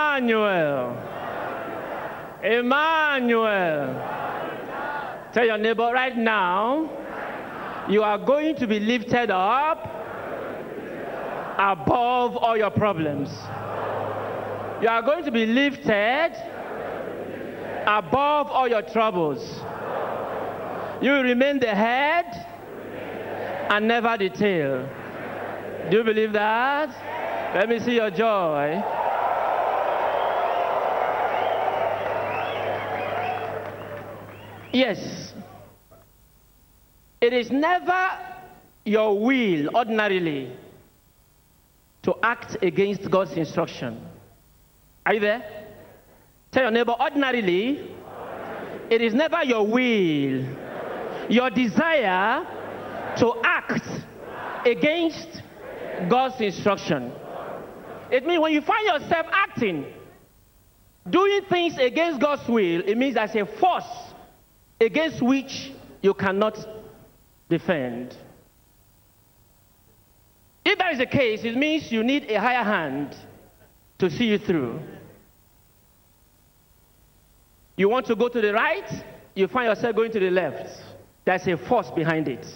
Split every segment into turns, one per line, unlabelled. Emmanuel. Emmanuel. Tell your neighbor right now, you are going to be lifted up above all your problems. You are going to be lifted above all your troubles. You will remain the head and never the tail. Do you believe that? Let me see your joy. Yes. It is never your will, ordinarily, to act against God's instruction. Are you there? Tell your neighbor, ordinarily, it is never your will, your desire to act against God's instruction. It means when you find yourself acting, doing things against God's will, it means there's a force against which you cannot defend. If that is the case, it means you need a higher hand to see you through. You want to go to the right, you find yourself going to the left. There's a force behind it.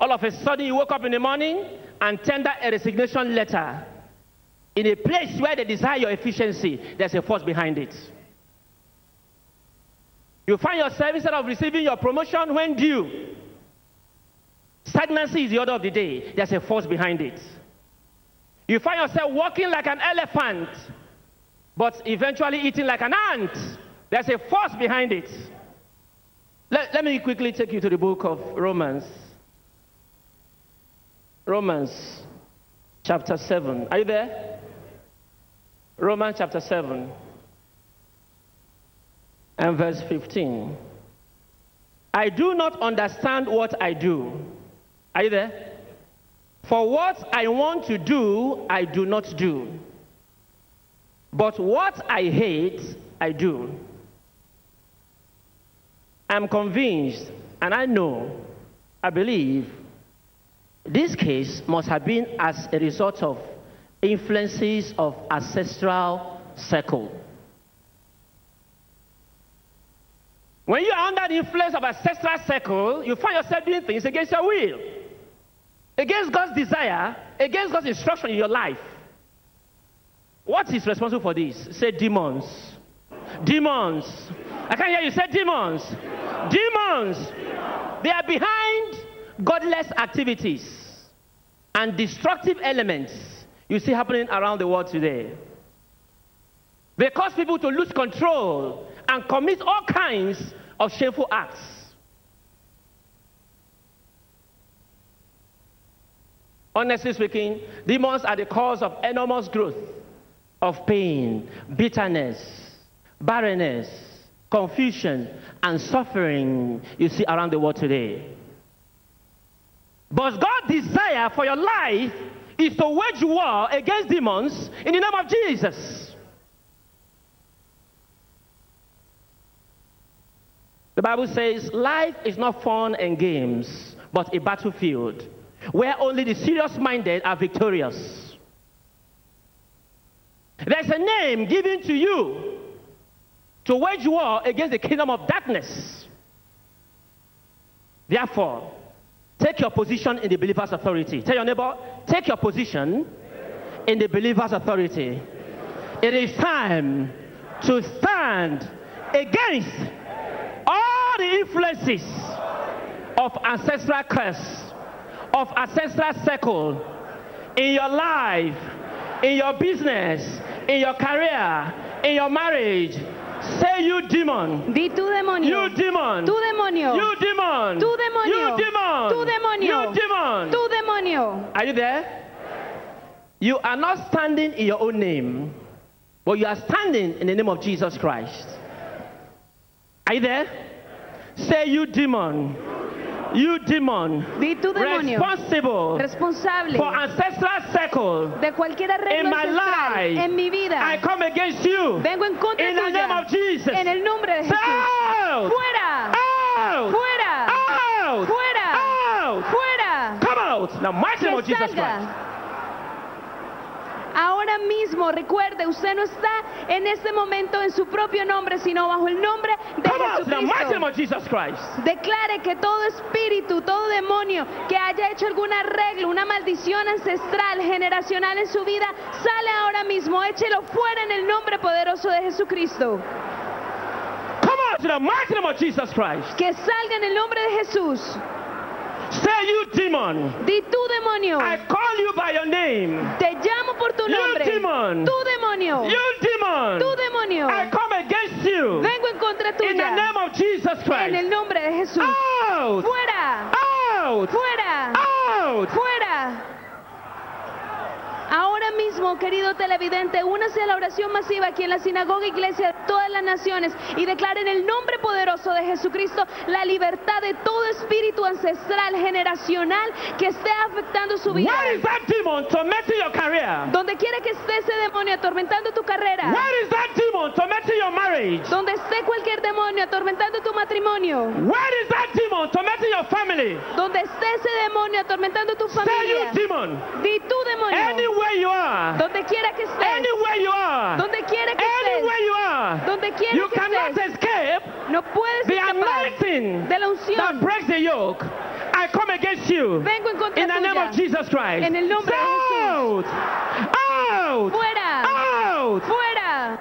All of a sudden, you wake up in the morning and tender a resignation letter. In a place where they desire your efficiency, there's a force behind it. You find yourself, instead of receiving your promotion when due, stagnancy is the order of the day. There's a force behind it. You find yourself walking like an elephant, but eventually eating like an ant. There's a force behind it. Let, let me quickly take you to the book of Romans. Romans chapter 7. Are you there? Romans chapter 7 and verse 15. I do not understand what I do. Are you there? For what I want to do, I do not do. But what I hate, I do. I'm convinced and I know, I believe this case must have been as a result of influences of ancestral circle. When you are under the influence of ancestral circle, you find yourself doing things against your will, against God's desire, against God's instruction in your life. What is responsible for this? Say demons. Demons. I can't hear you. Say demons. Demons. They are behind godless activities and destructive elements you see happening around the world today. They cause people to lose control and commit all kinds of shameful acts. Honestly speaking, demons are the cause of enormous growth of pain, bitterness, barrenness, confusion, and suffering you see around the world today. But God's desire for your life is to wage war against demons in the name of Jesus. The Bible says life is not fun and games, but a battlefield where only the serious minded are victorious. There's a name given to you to wage war against the kingdom of darkness. Therefore, Take your position in the believer's authority. Tell your neighbor, take your position in the believer's authority. It is time to stand against all the influences of ancestral curse, of ancestral circle in your life, in your business, in your career, in your marriage, Say you demon.
Di tu demonio.
You demon.
Tu demonio.
You demon.
Tu demonio.
You demon.
Tu demonio.
You demon.
Tu demonio.
Are you there? You are not standing in your own name, but you are standing in the name of Jesus Christ. Are you there? Say you demon. You demon.
Di tu demonio.
Responsible
Responsable
for ancestral circle.
de cualquier
In
arreglo
my
ancestral
life,
en mi
I
vida.
come against you.
Vengo en contra
In the
tuya.
name of Jesus.
En el nombre de Jesús.
Out!
Fuera.
Out!
Fuera.
Out!
Fuera.
Out!
Fuera.
Come out! Now, mighty name of
Que
Jesus Christ.
salga. Ahora mismo, recuerde, usted no está en este momento en su propio nombre, sino bajo el nombre de
Come out in the mighty name
Jesucristo.
of Jesus Christ.
Declare que todo espíritu, todo demonio que haya hecho algún arreglo, una maldición ancestral, generacional en su vida, sale ahora mismo, échelo fuera en el nombre poderoso de Jesucristo.
Come out in the mighty name of Jesus Christ.
Que salga en el nombre de Jesús.
Say, you demon,
Di tu demonio.
I call you by your name.
Te llamo por tu
You
nombre.
demon.
Tu demonio.
You demon,
Tu demonio.
I come against you
Vengo en contra
in the
tuya.
name of Jesus
En el
Christ.
nombre de Jesús.
Out!
Fuera.
Out!
Fuera.
Out!
Fuera. Ahora mismo, querido televidente, únase a la oración masiva aquí en la sinagoga iglesia de todas las naciones y declare en el nombre poderoso de Jesucristo la libertad de todo espíritu ancestral, generacional, que esté afectando su vida.
Where is that demon tormenting your career?
Donde quiera que esté ese demonio atormentando tu carrera.
Where is that demon tormenting your marriage?
Donde esté cualquier demonio atormentando tu matrimonio.
Where is that demon tormenting your family?
Donde esté ese demonio atormentando tu
Say you
familia.
demon.
Di tu demonio.
Anywhere you are.
Donde quiera que estés.
Anywhere you are.
Donde quiera que estés.
Anywhere you are.
Donde quiera
You
que
cannot
estés.
escape
No puedes
the
escapar
anointing
de la
that
unción.
breaks the yoke. I come against you.
Vengo en
In the
contra
name
tuya.
of Jesus Christ.
En el nombre de Jesús.
Out! Out!
Fuera.
Out!
Fuera.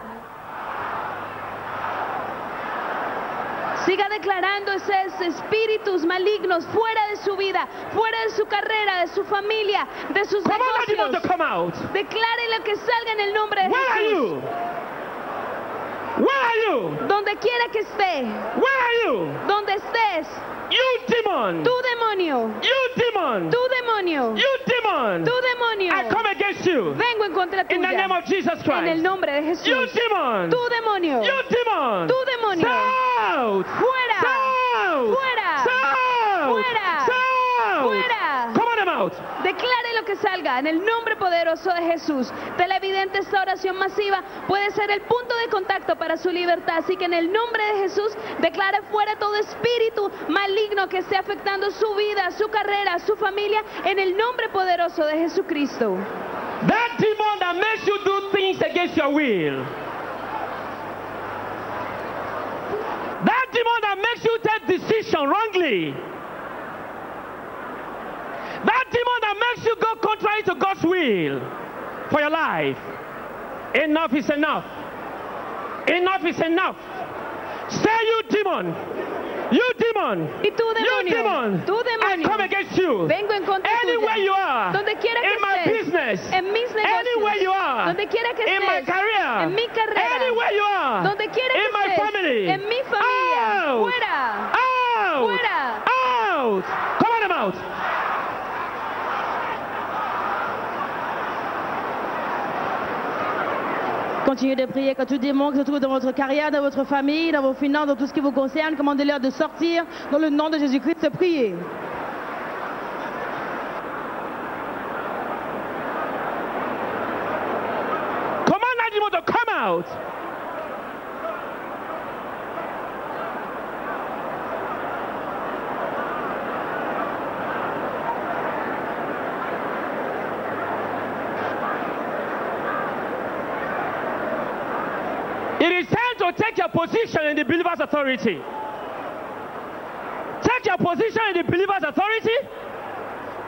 Siga declarando esos espíritus malignos fuera de su vida, fuera de su carrera, de su familia, de sus
Come on, demon to
negocios.
come out.
Declárelo que salga en el nombre de
Where are you?
Jesús.
Where are you?
Donde quiera que esté,
Where are you?
donde estés,
You demon!
tu demonio,
You demon!
tu demonio,
You demon!
tu demonio,
I come against you
vengo en contra
in the name
tuya.
of Jesus
En el
Christ.
nombre de
You
Jesús.
demon!
Tu demonio,
You demon!
tu demonio.
Out!
Fuera.
Out!
Fuera.
Out!
Fuera.
Out!
Fuera.
Come on, them out!
Declare lo que salga en el nombre poderoso de Jesús. Televidente, esta oración masiva puede ser el punto de contacto para su libertad. Así que en el nombre de Jesús, declare fuera todo espíritu maligno que esté afectando su vida, su carrera, su familia, en el nombre poderoso de Jesucristo.
That demon that makes you do things against your will. That demon that makes you take decision wrongly. That demon that makes you go contrary to God's will for your life. Enough is enough. Enough is enough. Say you demon. You demon.
Y tú,
You
demonio,
demon.
tú,
I come
demonio,
against you.
vengo en contra
Anywhere you
tuya.
are.
Donde quiera que
In my
estés.
business.
En mis
Anywhere you
negocios,
are.
donde quiera que
in my
estés,
career.
en mi carrera,
Anywhere you are.
donde quiera
in my
que
family.
estés, en mi familia,
Out.
fuera.
Out.
Fuera.
Out. Come on, them out.
Continuez de prier que tout démon qui se trouve dans votre carrière, dans votre famille, dans vos finances, dans tout ce qui vous concerne, commandez-leur de sortir dans le nom de Jésus-Christ. Priez.
Command that demon to come out. It is time to take your position in the believer's authority. Take your position in the believer's authority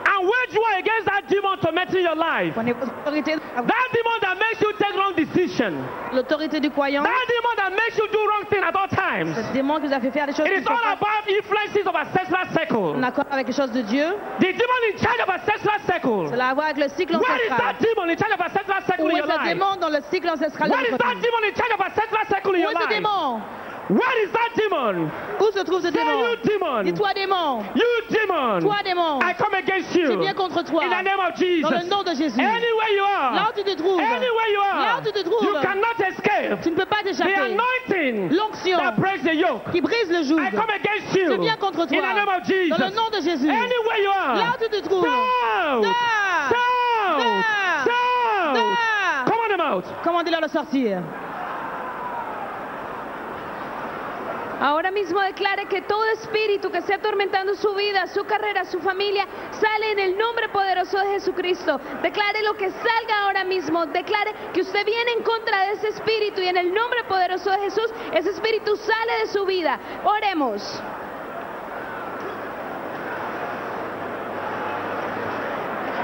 and wage war against that demon tormenting your life.
Prenez votre autorité,
That demon that makes you take wrong decision.
l'autorité du croyant,
That demon that makes you do wrong thing at all times.
ce démon qui vous a fait faire des choses
It
qui
is
sont
all
pas
about influences of ancestral circle.
en accord avec les choses de Dieu.
The demon in charge of ancestral circle.
Cela a à voir Bah, avec le cycle
Where is that
ancestral.
demon in charge of ancestral circle
Où
in
est
your
ce
life?
démon dans le cycle ancestral de
Where is
votre
that
vie?
demon in charge of ancestral circle in
Où
your
est ce
life?
démon
Where is that demon?
Où se trouve ce
Say you
démon
demon.
Dis-toi démon,
You demon.
toi démon,
I come against
je
you.
viens contre toi.
In the name of
Dans le
Jesus.
nom de Jésus,
Anywhere you
là
are.
où tu te trouves,
Anywhere you
là
are.
où tu te
You
trouves,
cannot escape.
tu ne peux pas t'échapper.
The anointing
L'onction
that breaks the yoke.
qui brise le joug.
I come against you.
Je viens contre
In the name
toi.
of Jesus.
Dans le nom de Jésus.
Anywhere you are.
Là où tu te trouves.
Shout!
Là.
Shout!
Là.
Shout!
Là.
Come on them out.
Commandez-leur de sortir.
Ahora mismo declare que todo espíritu que esté atormentando su vida, su carrera, su familia, sale en el nombre poderoso de Jesucristo. Declare lo que salga ahora mismo. Declare que usted viene en contra de ese espíritu y en el nombre poderoso de Jesús, ese espíritu sale de su vida. Oremos.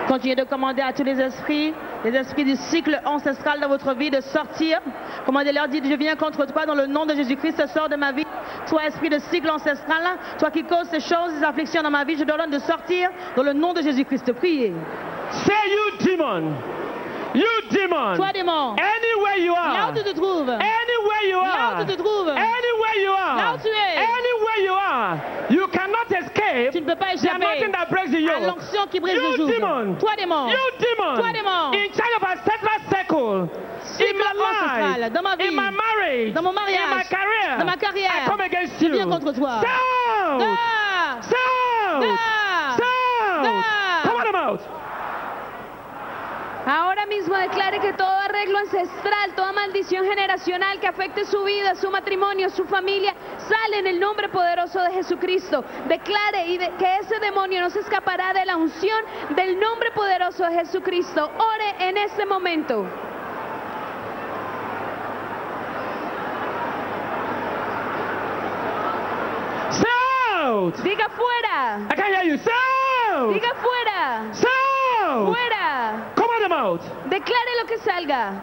Continuez de commander à tous les esprits, les esprits du cycle ancestral dans votre vie, de sortir. Commandez-leur, dites, je viens contre toi dans le nom de Jésus-Christ, sors de ma vie. Toi, esprit de cycle ancestral, toi qui causes ces choses, ces afflictions dans ma vie, je te ordonne de sortir dans le nom de Jésus-Christ. Priez.
Say, you demon, you demon,
Toi, démon,
anywhere you
là
are,
où tu te trouves,
anywhere you
là
are,
où tu te trouves,
anywhere you
Là
are,
où tu es.
anywhere you are, you cannot escape.
tu ne peux pas
There's nothing
échapper
that breaks the
à
yoke.
l'onction qui brise
You
le
demon.
joug. Toi, démon,
You demon,
Toi, démon.
in charge of ancestral circle, in my
ancestral,
life,
dans ma
in
vie,
my marriage,
dans mon mariage,
in my career,
dans ma carrière,
I come against
je
you.
viens contre toi.
Shout!
Ah!
Shout!
Ah!
Shout!
Ah!
Come on, I'm out.
Ahora mismo declare que todo arreglo ancestral, toda maldición generacional que afecte su vida, su matrimonio, su familia, sale en el nombre poderoso de Jesucristo. Declare y de- que ese demonio no se escapará de la unción del nombre poderoso de Jesucristo. Ore en este momento.
Shout!
Diga fuera.
I can't hear you. Shout!
Diga fuera.
Shout!
Fuera.
Come on, I'm out.
Declare lo que salga.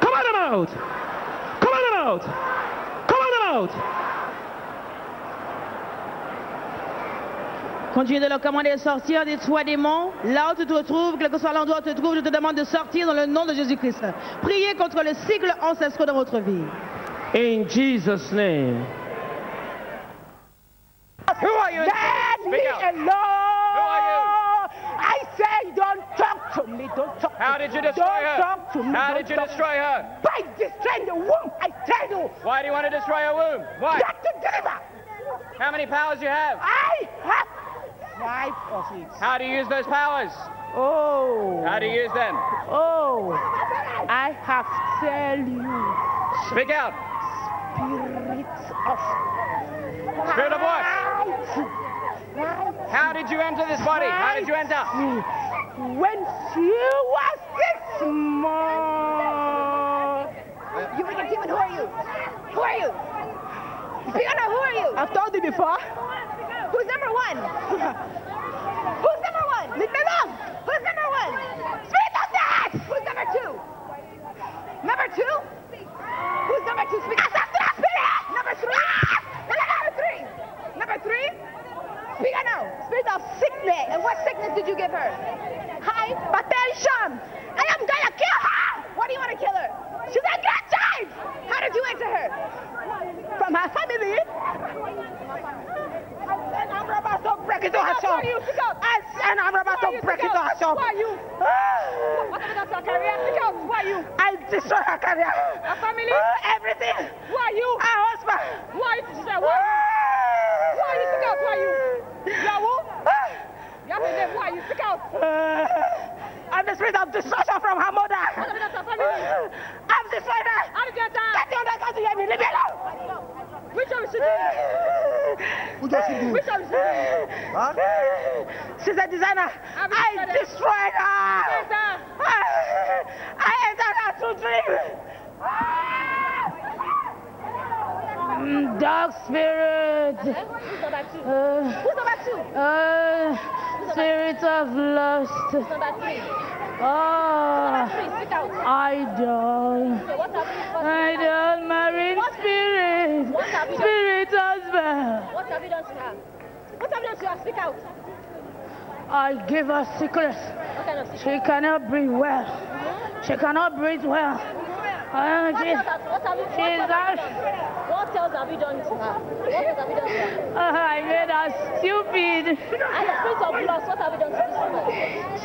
Come on, I'm out. Come on, I'm out. Come on, I'm out.
Continuez de leur commander de sortir des trois démons. Là où tu te retrouves, quel que soit l'endroit où tu te trouves, je te demande de sortir dans le nom de Jésus-Christ. Priez contre le cycle ancestral de votre vie.
In Jesus' name.
Who are you?
Let me
Speak out.
alone.
are
I say, don't talk to me. Don't talk.
How
to
did
me.
you destroy
don't
her?
Talk to me.
How
don't
did you
talk-
destroy her?
By destroying the womb. I tell you,
Why do you want to destroy her womb? Why?
get to deliver.
How many powers you have?
I have five of it.
How do you use those powers?
Oh.
How do you use them?
Oh. I have tell you,
Speak out.
spirits of.
Spirit of what?
Light. Light.
How did you enter this body? How did you enter?
When she was this small.
You wicked demon, who are you? Who are you? Fiona, who are you?
I've told you before.
Who's number one? Who's number one? Leave me alone! Who's number one? Speak of that! Who's number two? Number two? Who's number two? Speak out! Number three? No, no, number three! Number three? Speak out now! Spirit of sickness! And what sickness did you give her? Hypertension! I am gonna kill her! Why do you want to kill her? She's a good child! How did you enter her?
From her family.
And I'm about to break
Break it to herself. I said I'm about to break it to herself.
Why you?
Ah.
What happened to your career? Speak out. Why you?
I destroy her career. Her
family?
Uh, everything.
Why you?
Her husband. Uh,
Why you? Why you? Why you speak out? Why you? Yeah, who? Yeah, but then why you speak out?
I'm uh, the spirit of destruction from her mother. Uh,
What happened to your family?
I'm destroyed her.
How did you
Get
enter?
down there, get down here, leave me alone.
Which one is she doing? Which one is she doing?
She's a designer.
I'm
I
destroyed.
destroyed her.
Yes, sir.
I entered her to dream.
Mm, Dark spirit,
Who's number two? Who's number two?
Uh,
spirit of lust,
Number three.
Ah,
oh,
Please speak out.
idol,
So what have you done?
idol, marine spirit,
What have you done?
spirit husband.
What have you done to her? What have you done to her? Speak out.
I give her sickness.
What kind of sickness?
She cannot breathe well. She cannot breathe well. Uh,
What
she-
else have- what have you- what
She's
else have you
out.
done? What else have you done to her? What else have you done to her?
I made her
And
stupid.
the spirit of lust, what have you done to this woman?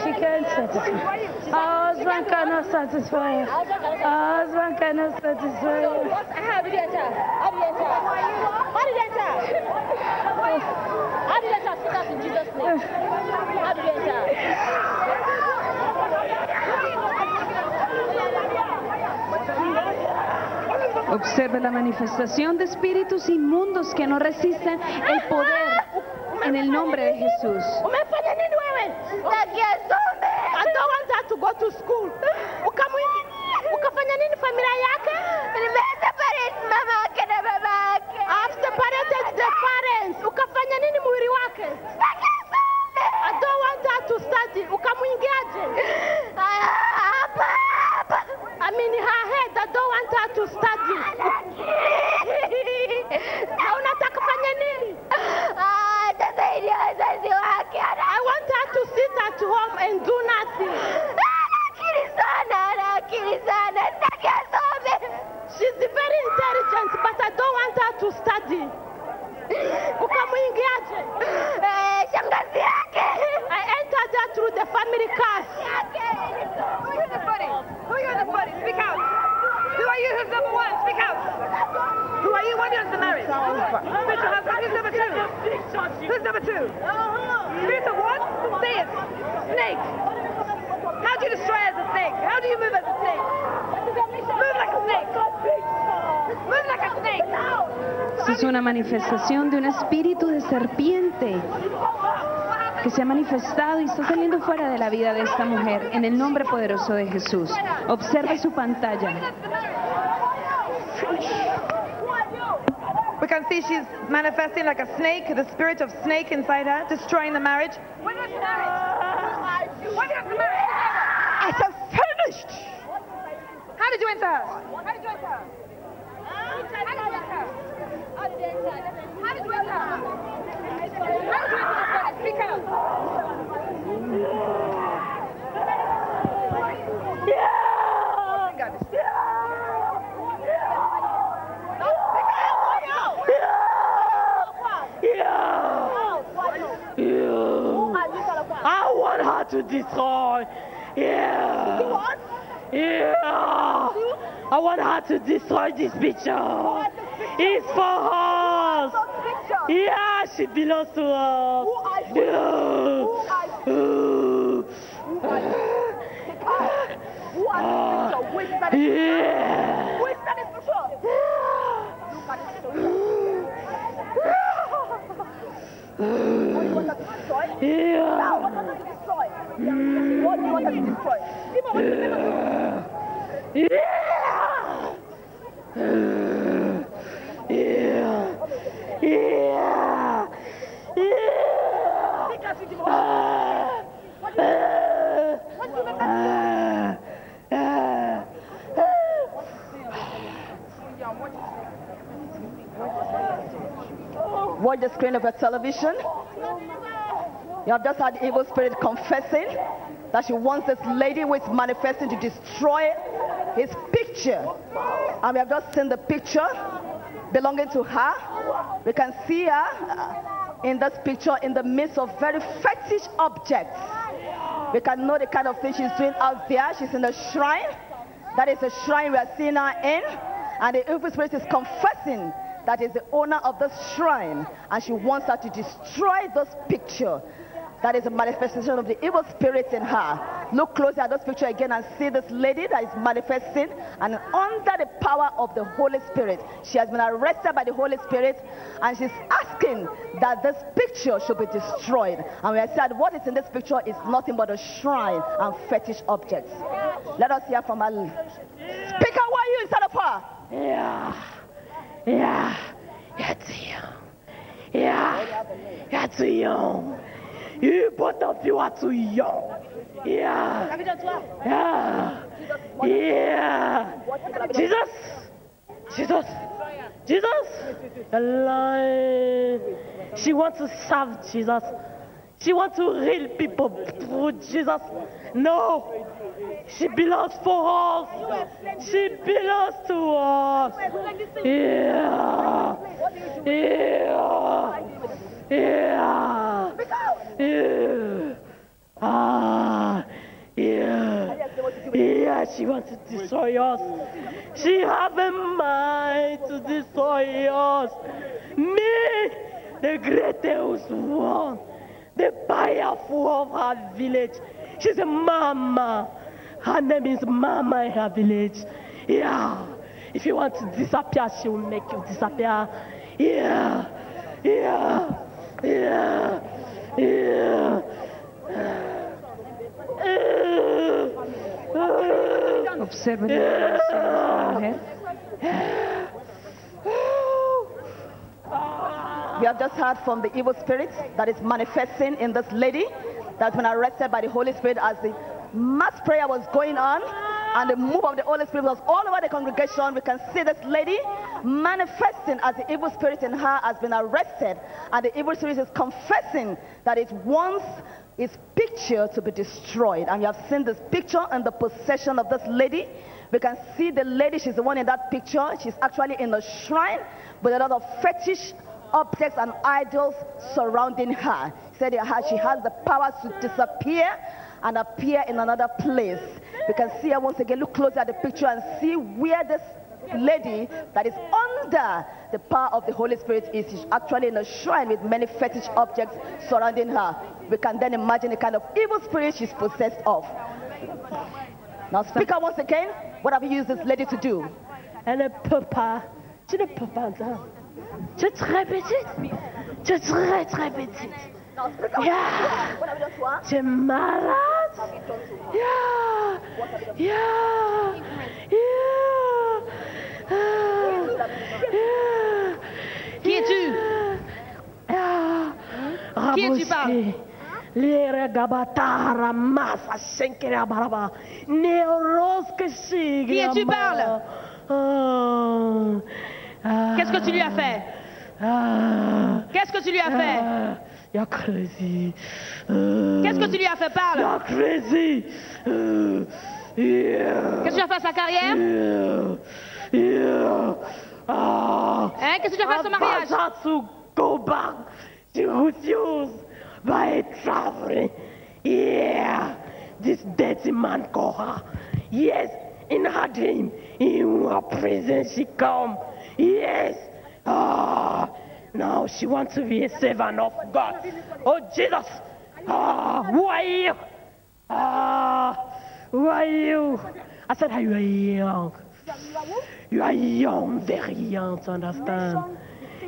She can't satisfy. Her husband cannot satisfy. her.
How did you enter?
Her husband cannot
So
satisfy. her.
what- How did you enter? How did you enter? How did you enter? How did you enter? Speak out in Jesus' name. How did you enter?
Observe la manifestación de espíritus inmundos que no resisten el poder en el nombre de Jesús.
umefanya nini wewe? I don't want her to go to school. Ukamwi- ukafanya nini familia yake? I've separated the parents. Ukafanya nini mwili wake? I don't want her to study. Ukamwingiaje? Ah, I mean her head. I don't want her to study. Na unataka kufanya nini? I want her to sit at home and do nothing. She's very intelligent, but I don't want her to study. Ukamwingiaje?
Eh,
I entered her through the family curse.
Who are you in the body? Speak out. Who are you who's number one? Speak out. Who are you? What is the marriage? Who's your husband? Who's number two? Who's number two? Who's the one? Say it. Snake. How do you destroy as a snake? How do you move as a snake? Move like a snake. Move like a snake.
Esa es una manifestación de un espíritu de serpiente que se ha manifestado y está saliendo fuera de la vida de esta mujer en el nombre poderoso de Jesús. Observe su pantalla.
We can see she's manifesting like a snake, the spirit of snake inside her, destroying the marriage.
What is marriage? What is marriage? It is finished. How did you enter her? How did you enter her? How did you enter her? How did you enter her? How did you enter her? Speak out.
I want her to destroy. Yeah. Yeah. I want her to destroy this picture. It's for us. Yeah, she belongs to us. Yeah. Yeah. Yeah. Yeah. Yeah. Yeah. Yeah.
Watch the screen of your television. You have just had the evil spirit confessing that she wants this lady who is manifesting to destroy his picture. And we have just seen the picture belonging to her. We can see her uh, in this picture in the midst of very fetish objects. We can know the kind of thing she's doing out there. She's in a shrine. That is the shrine we are seeing her in. And the evil spirit is confessing that is the owner of this shrine. And she wants her to destroy this picture. That is a manifestation of the evil spirit in her. Look closely at this picture again and see this lady that is manifesting and under the power of the Holy Spirit. She has been arrested by the Holy Spirit and she's asking that this picture should be destroyed. And we have said what is in this picture is nothing but a shrine and fetish objects. Let us hear from her. Speaker, why are you inside of her?
Yeah. Yeah. You're too young. Yeah. You're too young. You both of you are too young. Yeah. Yeah. Yeah. Jesus. Jesus. Jesus. Alive. She wants to serve Jesus. She wants to heal people through Jesus. No. She belongs for us. She belongs to us. Yeah. Yeah. Yeah. Yeah. Ah. Yeah. Yeah, she wants to destroy us. She have a mind to destroy us. Me, the greatest one, the powerful of her village. She's a mama. Her name is Mama in her village. Yeah. If you want to disappear, she will make you disappear. Yeah, yeah, yeah, yeah.
Observen el corazón de esta mujer.
We have just heard from the evil spirit that is manifesting in this lady that's been arrested by the Holy Spirit as the mass prayer was going on and the move of the Holy Spirit was all over the congregation. We can see this lady manifesting as the evil spirit in her has been arrested and the evil spirit is confessing that it wants its picture to be destroyed. And you have seen this picture and the possession of this lady. We can see the lady, she's the one in that picture. She's actually in a shrine with a lot of fetish objects and idols surrounding her. She said that her- she has the power to disappear and appear in another place. We can see her once again. Look closer at the picture and see where this lady that is under the power of the Holy Spirit is. She's actually in a shrine with many fetish objects surrounding her. We can then imagine the kind of evil spirit she's possessed of. Now, speaker, once again, what have you used this lady to do?
Elle ne peut pas. Tu ne peux pas entendre. Tu es très petite. Tu es très, très petite. Yeah. Tu es malade. Yeah. Yeah. Yeah. Yeah.
Qui es-tu?
Yeah.
Qui es-tu, parle?
Raboski. Lere gabatara masa shenkere baraba. Neuroske shigre
Qui es-tu,
amara.
parle?
Ah. Ah.
Qu'est-ce que tu lui as fait?
Ah.
Qu'est-ce que tu lui as fait?
Ah. You're crazy.
Qu'est-ce que tu lui as fait?
You're
Parle!
crazy. Uh, yeah.
Qu'est-ce que tu as fait à sa carrière?
Yeah. Yeah. Ah.
Hein? Qu'est-ce que tu as fait à son mariage?
About to go back. She refused by traveling. Yeah. This dirty man called her. Yes, in her dream, in her prison she come. Yes. Ah. Now she wants to be a servant of God. Oh Jesus. Ah, who are you? Ah, who are you? I said, are you young? You are young, very young to understand.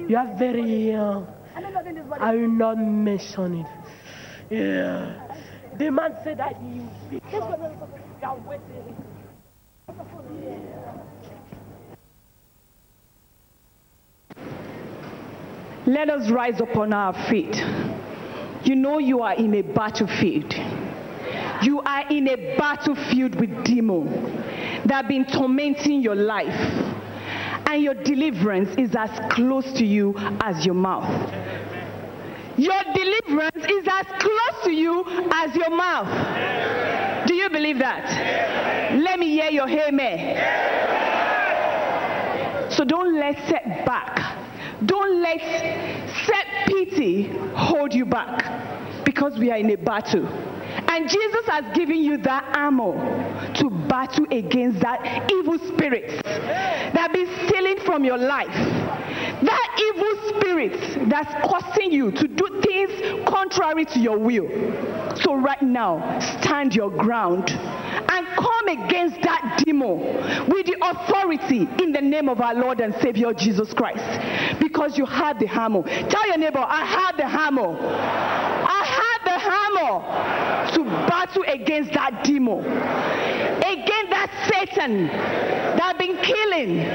You are very young. I will not mention it. Yeah. The man said that he will be. You are waiting.
Let us rise upon our feet. You know you are in a battlefield. You are in a battlefield with demon that have been tormenting your life. And your deliverance is as close to you as your mouth. Your deliverance is as close to you as your mouth. Do you believe that? Let me hear your amen. So don't let setback, don't let set pity hold you back because we are in a battle. And Jesus has given you that armor to battle against that evil spirit that be stealing from your life. That evil spirit that's causing you to do things contrary to your will. So right now, stand your ground and come against that demon with the authority in the name of our Lord and Savior Jesus Christ. Because you have the hammer. Tell your neighbor, I have the hammer. I have the hammer to battle against that demon. Against that Satan that been killing,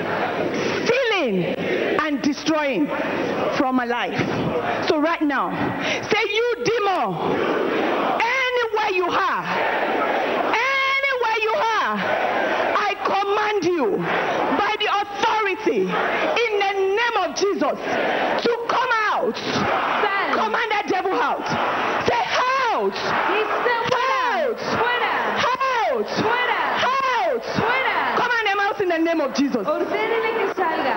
stealing, and destroying from my life. So right now, say you demon, anywhere you are, anywhere you are, I command you by the authority in the name of Jesus to come out. Command that devil out. Say out. Out. Out. Out. Command them out in the name of Jesus.
Ordénele que salga.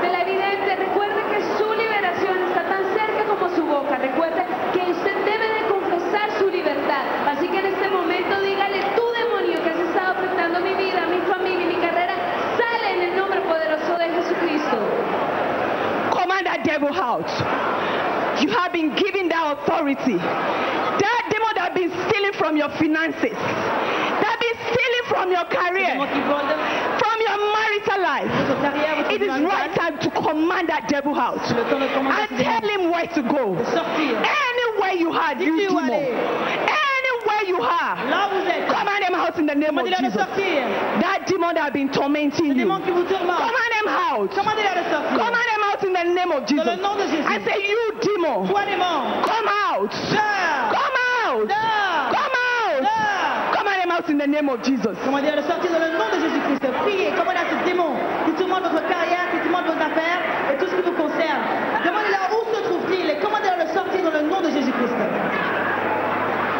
Televidente, recuerde que su liberación está tan cerca como su boca. Recuerde que usted debe de confesar su libertad. Así que en este momento dígale, tú demonio que has estado afectando mi vida, mi familia y mi carrera, sale en el nombre poderoso de Jesucristo.
command that devil out. You have been given that authority. That demon that been stealing from your finances, that been stealing from your career,
Demon qui vole,
from marital life, it is right time to command that devil out and tell him where to go. Anywhere you are, you do more. Anywhere you are, command him out in the name of Jesus. That demon that has been tormenting you, command him out. Command him out in the name of Jesus. I say, you demon, come out. Come out. Come out. Command him out in the name of Jesus.
Commandez à le sortir dans le nom de Jésus-Christ. Priez, commandez à ce démon qui tourmente votre carrière, qui tourmente vos affaires et tout ce qui vous concerne. Demandez-leur où se trouve-t-il et commandez à le sortir dans le nom de Jésus-Christ.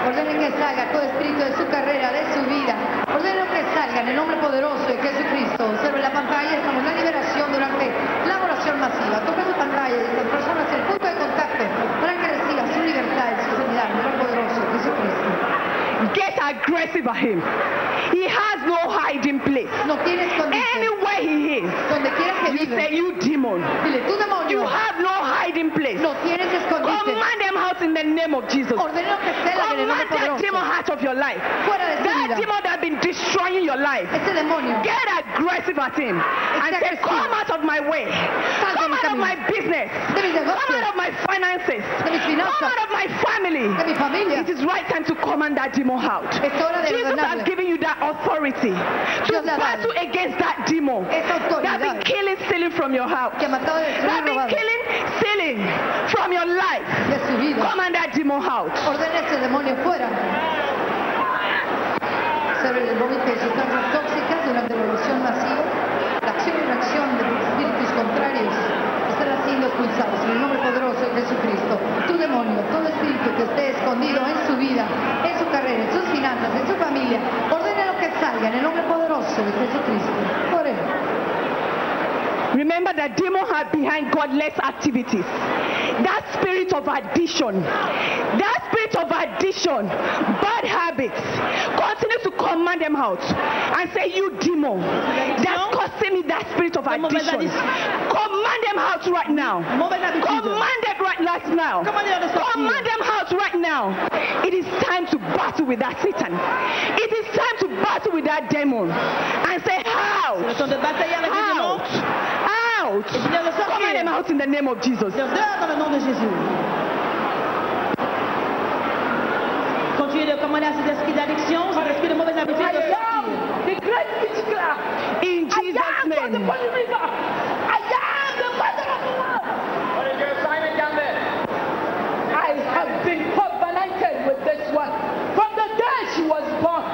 Ordenen que salga todo espíritu de su carrera, de su vida. Ordenen que salga en el nombre poderoso de Jesucristo. Observen la pantalla, estamos en la liberación durante la oración masiva. Toca su pantalla y las personas el punto de contacto para que reciba su libertad y su sanidad en el nombre poderoso de Jesucristo.
Get aggressive at him. He has no hiding place. Anywhere he is, you say, You demon, you have no hiding place. Command them out in the name of Jesus.
salgan en el nombre
Command that
poderoso.
demon out of your life.
Fuera de su
That
vida.
demon that has been destroying your life. Get aggressive at him and say, Come out of my way. Come out of my business. Come out of my finances. Come out of my family. It is right time to command that demon out.
hora de
Jesus
ordenarle.
has given you that authority to
Dios le ha dado
battle against that demon
esa
that been
autoridad
killing, stealing from your house.
que ha matado, destruido y
That been
robado.
killing, stealing from your life.
de su vida.
Command that demon out.
Ordena ese demonio fuera. Sobre el vómito de sustancias tóxicas durante la evolución masiva, la acción y reacción de espíritus contrarios estarán siendo expulsados en el nombre poderoso de Jesucristo. Tu demonio, todo espíritu que esté escondido en su vida, en su carrera, en sus finanzas, en su familia, ordena lo que salga en el nombre poderoso de Jesucristo. Oremos.
Remember that demon are behind godless activities. That spirit of addiction, that spirit of addiction, bad habits, continue to command them out and say, You demon, that's causing me that spirit of addiction. Command them out right now. Command them right right now. Command them out right now. It is time to battle with that Satan. It is time to battle with that demon and say, Out! Out! Out! Command them out in the name of Jesus.
Continuez de commander à ces esprits d'addiction, ces esprits de mauvaise habitude de sortir.
In Jesus'
What
name.
is your assignment down there?
I have been covenanted with this one from the day she was born.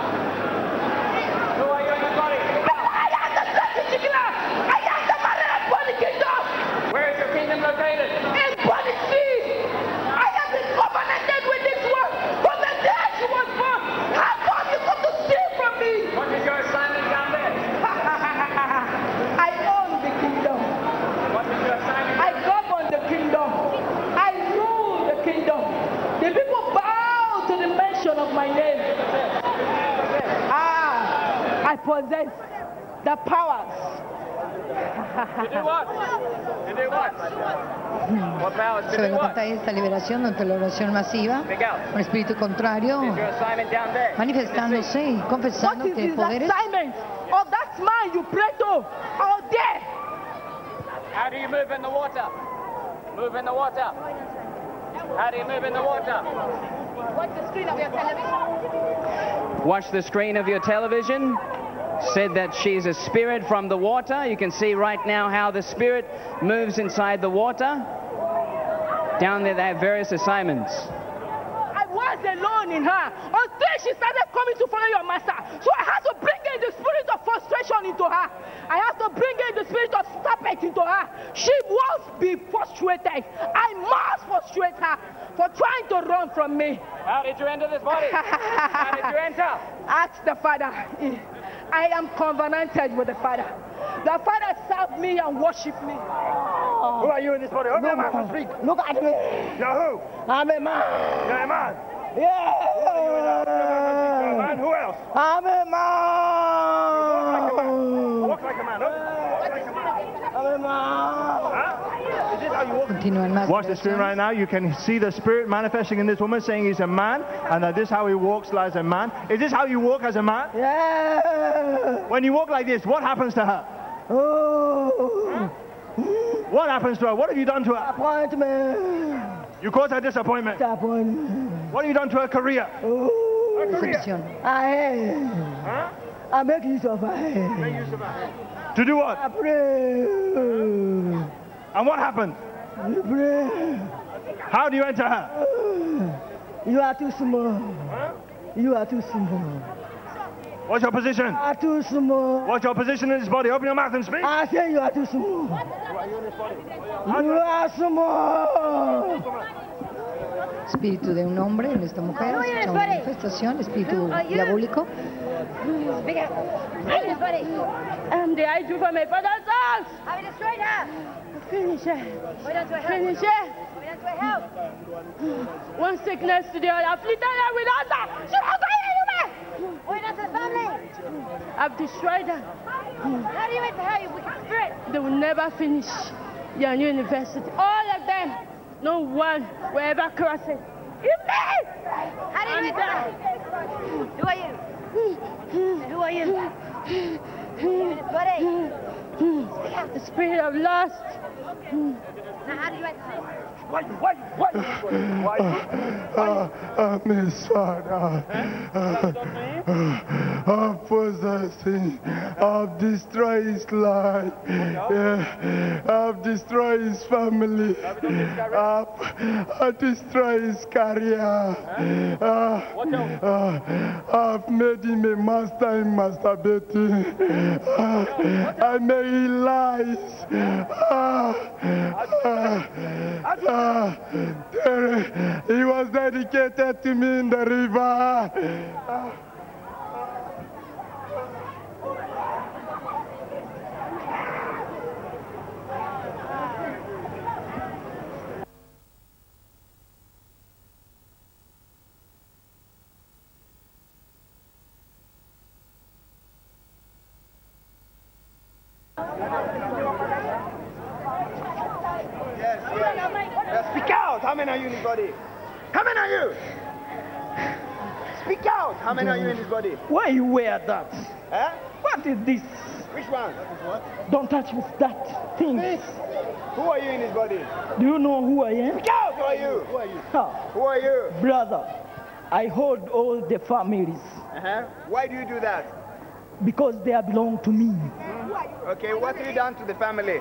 Who are you in the body?
I am the strategic leader. I am the mother of Holy Kingdom.
Where is your kingdom located?
In policy, I have been covenanted with this one from the day she was born. How come you come to steal from me?
What is your assignment down there?
I own the kingdom.
What is your assignment?
I govern the kingdom. I rule the kingdom. The people bow to the mention of my name. Ah, I possess the powers.
To do what? To do what? What powers? To
Sobre
do
la
what?
pantalla esta liberación durante la oración masiva,
Speak out.
un espíritu contrario
Your assignment down there.
manifestándose y confesando
What is
que
his
poderes
assignment
Oh,
of that man you pray to out there?
How do you move in the water? Move in the water. How do you move in the water?
Watch the screen of your television.
Watch the screen of your television. Said that she's a spirit from the water. You can see right now how the spirit moves inside the water. Down there, they have various assignments.
I was alone in her until she started coming to follow your master. So I had to bring in the spirit of frustration into her. I had to bring in the spirit of serpent into her. She must be frustrated. I must frustrate her for trying to run from me.
How did you enter this body? How did you enter?
Ask the Father. I am covenanted with the Father. The Father served me and worshiped me.
Who are you in this body? Open your mouth and speak.
Look at me.
You're who?
I'm a man.
You're a man. You're a
Yeah.
man. Who else?
I'm a man.
Walk like a man. Walk like a man.
I'm a man.
Huh? Is this how you walk?
continúan más.
Watch the screen right now. You can see the spirit manifesting in this woman, saying he's a man, and that this is how he walks as a man. Is this how you walk as a man?
Yeah.
When you walk like this, what happens to her?
Oh. What happens to her? What have you done to her?
Disappointment.
You caused her disappointment.
Disappointment.
What have you done to her career?
Oh.
Her career.
I,
Huh?
I make use of her.
Make use of her. To do what?
I pray.
And what happened?
You pray.
How do you enter her?
You are too small. You are too small.
What's your position?
You are too small.
What's your position in this body? Open your mouth and speak.
I say you are too small. You are small.
Espíritu de un hombre en esta mujer,
Aleluya,
esta
buddy.
manifestación, espíritu
Are you-
diabólico.
Speak up. I'm the I do for my father's house. I'm the straight up. Finish it. Finish it. One sickness to the other. Afflicted her with other. She was going anywhere. We're not a family. I've destroyed her. How do you even tell you? We can spirit. They will never finish their university. All of them. No one will ever cross it. You uh, me! How do you Who are you? Who are you? The spirit of lust. Now, how do you What? What? What?
Uh, uh, Miss Father, uh, uh, possessing, I've destroyed his life, yeah, I've destroyed his family, I've, I've destroyed his career, uh, uh, I've made him a master in masturbating, uh, I made him lies, uh, uh, uh, there- he was dedicated to me in the river.
Now speak out. How many are you in this body? How many are you? Speak out. How many are you in this body?
Why you wear that?
Eh?
What is this?
Which one? That is what?
Don't touch me, that thing.
Who are you in this body?
Do you know who I am?
Speak out. Who are you? Who are you?
Ah,
Who are you?
brother, I hold all the families
Uh-huh. Why do you do that? Hmm?
because they are belong to me.
Okay, what have you done to the family?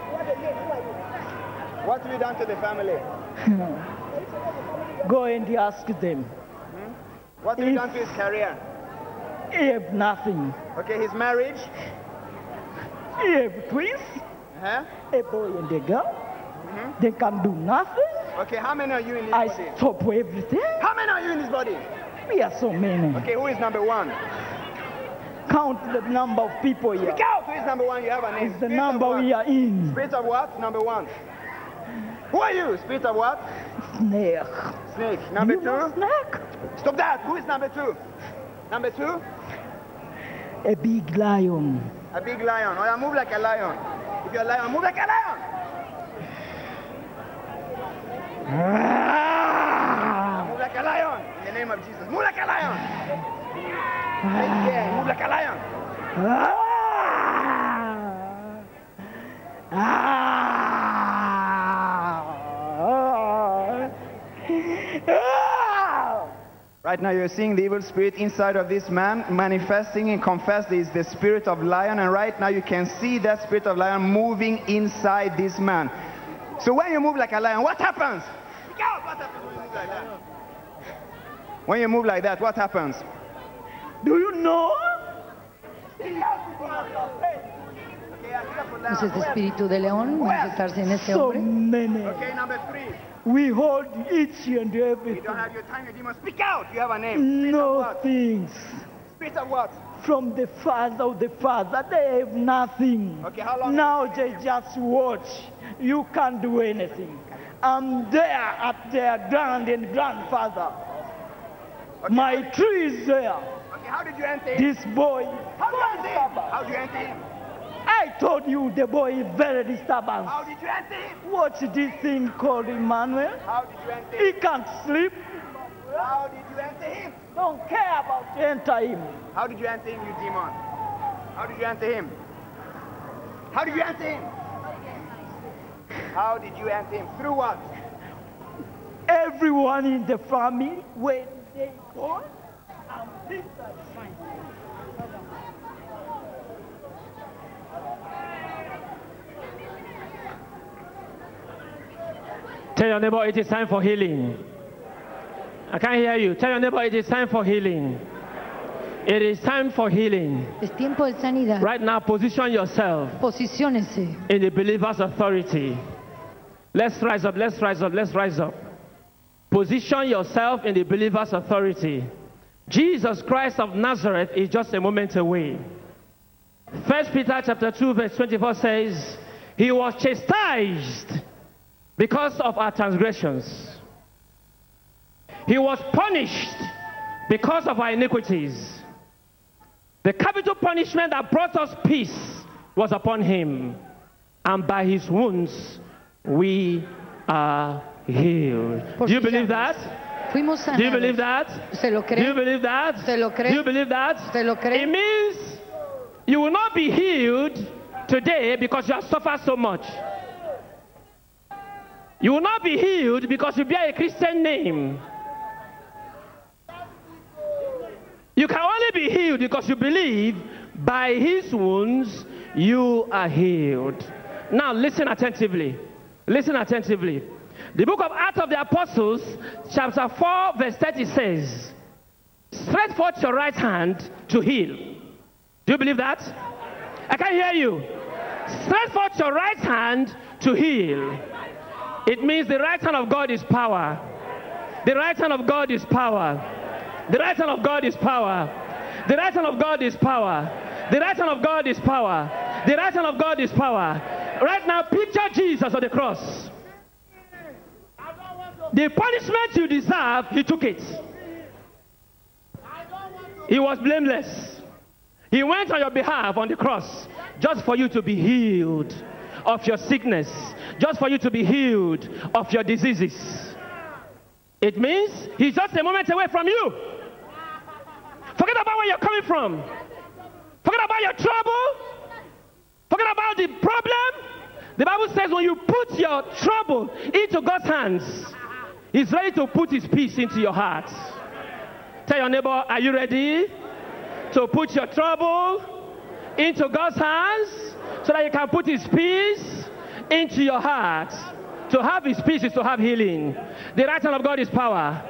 What have you done to the family?
Hmm. Go and ask them.
Hmm? What have you done to his career?
I have nothing.
Okay, his marriage?
I have twins,
Huh? Mm-hmm.
a boy and a girl. They can do nothing.
Okay, how many are you in this
I
body?
stop everything.
How many are you in this body?
We are so many.
Okay, who is number one?
Count the number of people here.
Speak out! Who is number one? You have a name.
It's the
Spirit of
number
what?
we are in.
Spirit of what? Number one. Who are you? Spirit of what?
Snake.
Snake. Number two.
Snake.
Stop that. Who is number two? Number two?
A big lion.
A big lion. Or move like a lion. If you're a lion, move like a lion. Move like a lion. In the name of Jesus. Move like a lion.
Ah.
Yeah, move like a lion.
Right now, you're seeing the evil spirit inside of this man manifesting and confessed is the spirit of lion. And right now, you can see that spirit of lion moving inside this man. So, when you move like a lion, what happens?
Speak out. What happened when you move like that?
When you move like that, what happens?
Do you know?
Speak out. people of God. Hey. Okay, I speak up for lion.
Es este espíritu de león manifestarse en este
So
hombre.
many.
Okay, number three.
We hold each and
You don't
everything.
have your time, you demon. Speak out. You have a name.
No things.
Spirit of what?
From the father of the father, they have nothing.
Okay, how long-
Now they just watch. You can't do anything. I'm there at their grand and grandfather. My tree is there.
Okay, how did you enter him?
This boy,
How did you enter him? How did you enter him?
I told you the boy is very disturbance.
How did you enter him?
Watch this thing called Emmanuel.
How did you enter
He
him?
can't sleep.
How did you enter him?
Don't care about enter him.
How did you enter him, you demon? How did you enter him? How do you answer him? How did you answer him? Through what?
Everyone in the family, when they go, I'm this side.
Tell your neighbor it is time for healing. I can't hear you. Tell your neighbor it is time for healing. It is time for healing.
Es tiempo de sanidad.
Right now, position yourself
Posiciónese
in the believer's authority. Let's rise up, let's rise up, let's rise up. Position yourself in the believer's authority. Jesus Christ of Nazareth is just a moment away. First Peter chapter 2, verse 24 says, He was chastised because of our transgressions. He was punished because of our iniquities. The capital punishment that brought us peace was upon him, and by his wounds we are healed. Do you believe that?
Fuimos
Do
sanados.
you believe that?
¿Se lo
Do you
cree?
believe that?
¿Se lo cree?
Do you believe that?
¿Se lo cree?
It means you will not be healed today because you have suffered so much. You will not be healed because you bear a Christian name. You can only be healed because you believe by his wounds you are healed. Now listen attentively. Listen attentively. The book of Acts of the Apostles, chapter 4, verse 30 says, Stretch forth your right hand to heal. Do you believe that? I can hear you. Stretch forth your right hand to heal. It means the right hand of God is power. The right hand of God is power. The right hand of God is power. The right hand of God is power. The right hand of God is power. The right hand of God is power. Right now, picture Jesus on the cross. The punishment you deserve, he took it. He was blameless. He went on your behalf on the cross just for you to be healed of your sickness, just for you to be healed of your diseases. It means he's just a moment away from you. Forget about where you're coming from. Forget about your trouble. Forget about the problem. The Bible says when you put your trouble into God's hands, He's ready to put His peace into your heart. Tell your neighbor, are you ready to put your trouble into God's hands so that you can put His peace into your heart? To have His peace is to have healing. The right hand of God is power.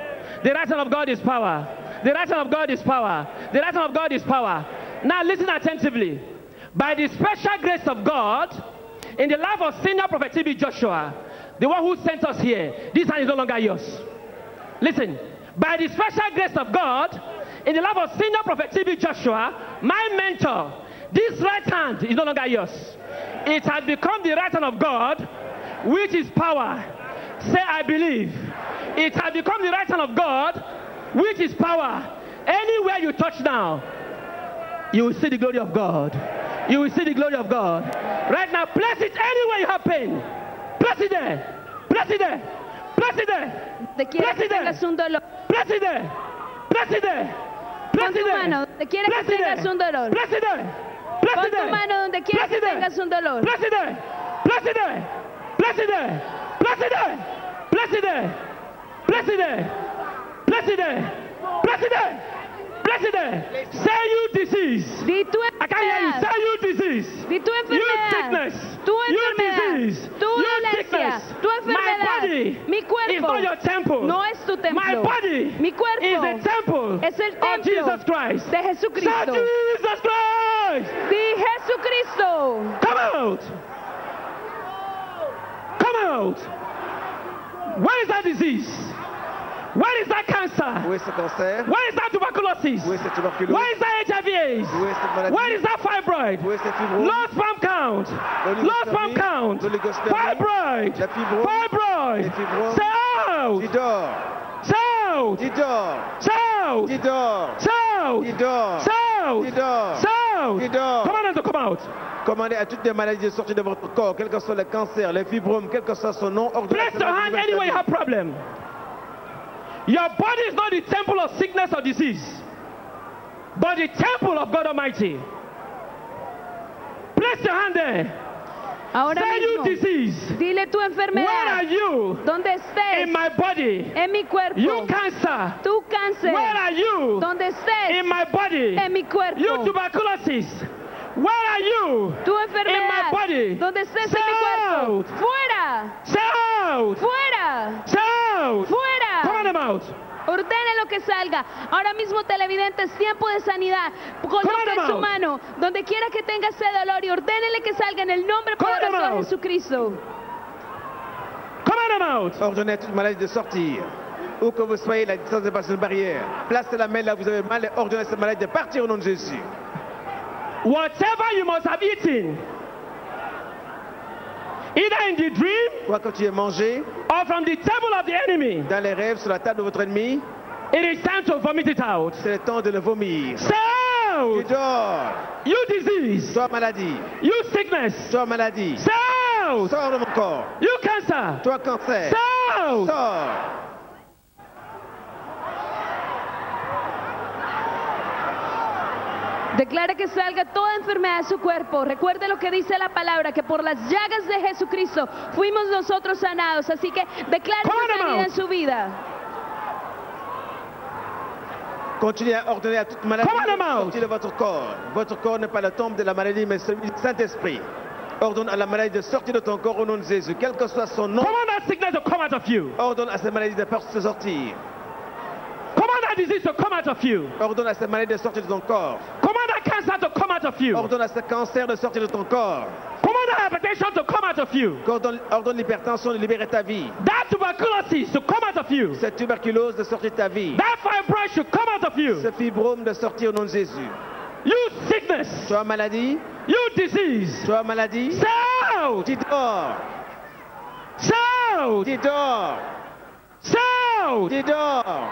The right hand of God is power. The right hand of God is power. The right hand of God is power. Now listen attentively. By the special grace of God, in the life of senior prophet TB Joshua, the one who sent us here, this hand is no longer yours. Listen, by the special grace of God, in the life of senior prophet TB Joshua, my mentor, this right hand is no longer yours. It has become the right hand of God, which is power. Say, I believe. It has become the right hand of God, which is power. Anywhere you touch now, you will see the glory of God. You will see the glory of God. Right now, place it anywhere you have pain. Place it there. Place it there. Place it there.
Te quiere que tengas un dolor.
Presidente, presidente,
Pon tu mano donde quiera que
Presidente.
tengas un dolor.
Presidente.
Pon tu mano donde quiera que tengas un dolor.
Place it there. Place it there. Place it there. Place it there. Place it there. Place it there. Place it there. Place it there. Place it there. Say you disease.
Di tu
I can't hear you. Say you disease.
Di tu enfermedad,
You sickness.
tu
you
enfermedad,
disease.
tu
you
dolencia,
sickness.
tu
My
enfermedad,
body
mi cuerpo
is not your temple.
no es tu templo.
My body
mi cuerpo
is the temple
es el
of
templo
Jesus Christ.
de Jesucristo.
Say Jesus Christ.
Di Jesucristo,
Come out! Come out! Where is that disease? Where is that cancer?
Où est ce cancer?
Where is that tuberculosis?
Où est cette tuberculose?
Where is that HIV AIDS?
Où est cette maladie?
Where is that fibroid?
Où est cette fibrose?
Low sperm count!
L'oligospermie,
Low sperm count!
l'oligospermie,
Fibroid!
la fibrose, les
Fibroid!
fibroses.
Say out!
Tu dors.
Say out!
Tu dors.
Say out!
Tu dors.
Say out!
Tu dors.
Say out!
Tu dors.
Say out!
Tu dors.
Come on, come out!
Commandez à toutes les maladies de sortir de votre corps, quel que soit le cancer, les fibromes, quel que soit son nom, hors de la
Place your
semaine
hand
du
anywhere you
21.
have problem. Your body is not the temple of sickness or disease, but the temple of God Almighty. Place your hand there.
Ahora
Say you
mismo,
disease.
dile tu enfermedad.
Where are you?
¿Dónde estés?
In my body.
En mi cuerpo.
You cancer.
Tu cáncer.
Where are you?
¿Dónde estés?
In my body.
En mi cuerpo.
You tuberculosis. Where are you?
tu
In
enfermedad.
my body.
¿Dónde estés
Say
en mi cuerpo?
out.
Fuera.
Say out.
Fuera.
Say out.
Fuera.
Command them out.
Ordene lo que salga. Ahora mismo, televidente, es tiempo de sanidad. Coloca en
Clamor.
su mano donde quiera que tenga ese dolor y ordénele que salga en el nombre poderoso de
Clamor.
Jesucristo.
Ordonnez à toute maladie de sortir. Où que vous soyez, la distance dépasse une barrière. Placez la main là où vous avez mal et ordonnez à cette maladie de partir au nom de Jésus.
Whatever you must have eaten, either in the dream,
Quoi que tu aies mangé,
or from the table of the enemy,
dans les rêves, sur la table de votre ennemi,
it is time to vomit it out.
c'est le temps de le vomir.
Say
Tu
out.
dors.
You disease.
Toi, maladie.
You sickness.
Toi, maladie.
Say out.
Sors de mon corps.
You cancer.
Toi, cancer.
Say out.
Sors.
Declara que salga toda enfermedad de su cuerpo. Recuerde lo que dice la palabra, que por las llagas de Jesucristo fuimos nosotros sanados. Así que declare esa
Come on,
sanidad
hermano.
en su vida.
Continuez à ordonner à toute maladie
Command them
de
out.
sortir de votre corps. Votre corps n'est pas le tombe de la maladie, mais celui du Saint-Esprit. Ordonne à la maladie de sortir de ton corps au nom de Jésus, quel que soit son nom.
Command that sickness to come out of you.
Ordonne à cette maladie de par- se sortir.
Command that disease to come out of you.
Ordonne à cette maladie de sortir de ton corps.
Command that cancer to come out of you.
Ordonne à ce cancer de sortir de ton corps.
Command that hypertension to come out of you.
Ordonne, ordonne l'hypertension de libérer ta vie.
That tuberculosis to come out of you.
Cette tuberculose de sortir de ta vie.
That fibroid should come out of you.
Ce fibrome de sortir au nom de Jésus.
You sickness.
Toi maladie,
You disease.
toi maladie,
Say out.
tu dors,
Say out.
tu dors,
Say out.
tu dors.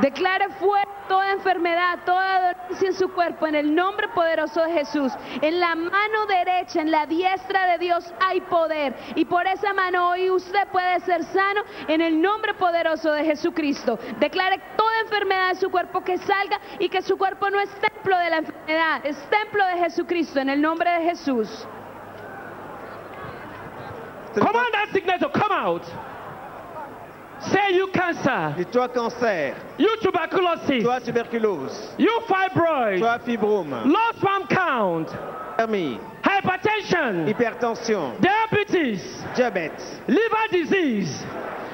Declare fuera toda enfermedad, toda dolencia en su cuerpo, en el nombre poderoso de Jesús. En la mano derecha, en la diestra de Dios hay poder. Y por esa mano hoy usted puede ser sano en el nombre poderoso de Jesucristo. Declare toda enfermedad de su cuerpo que salga y que su cuerpo no es templo de la enfermedad, es templo de Jesucristo, en el nombre de Jesús.
Command that sickness to come out. Say you cancer,
Et toi cancer,
you tuberculosis,
toi tuberculose,
you fibroid,
toi fibrome,
low sperm count,
famille,
hypertension,
hypertension,
diabetes,
diabète,
liver disease,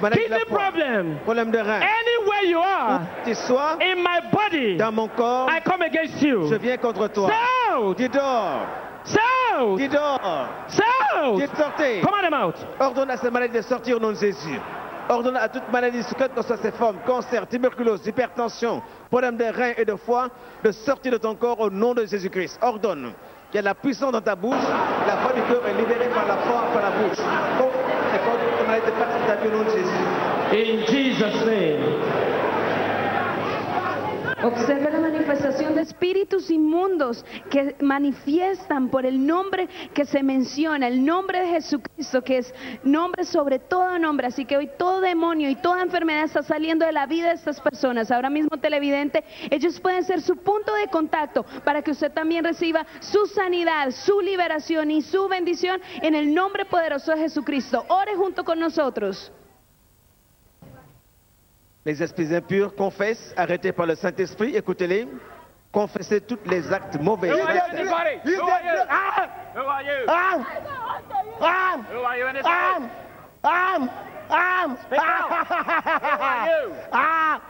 maladie de la
kidney
peau,
problem.
problème de rein.
Anywhere you are
Tu sois
in my body,
dans mon corps,
I come against
je
you.
viens contre toi.
Say out.
Tu dors,
Say out.
tu dors,
Say
tu
out.
sortez.
Command them out.
Ordonne à cette maladie de sortir au nom de Jésus. Ordonne à toute maladie, quelle que soit ses formes, cancer, tuberculose, hypertension, problème de reins et de foie, de sortir de ton corps au nom de Jésus-Christ. Ordonne qu'il y ait de la puissance dans ta bouche, la voix du cœur est libérée par la foi, par la bouche. Donc, c'est comme cette maladie de partir de ta vie au nom de Jésus.
In Jesus' name.
Observa la manifestación de espíritus inmundos que manifiestan por el nombre que se menciona, el nombre de Jesucristo, que es nombre sobre todo nombre. Así que hoy todo demonio y toda enfermedad está saliendo de la vida de estas personas. Ahora mismo, televidente, ellos pueden ser su punto de contacto para que usted también reciba su sanidad, su liberación y su bendición en el nombre poderoso de Jesucristo. Ore junto con nosotros.
Les esprits impurs confessent, arrêtés par le Saint-Esprit, écoutez-les, confessez tous les actes mauvais.
Who are you?
Actes-
Anybody? Who are you? Who are you? I'm. I'm. Who are you in this I'm. I'm. I'm. Speak out. Who are you? I'm.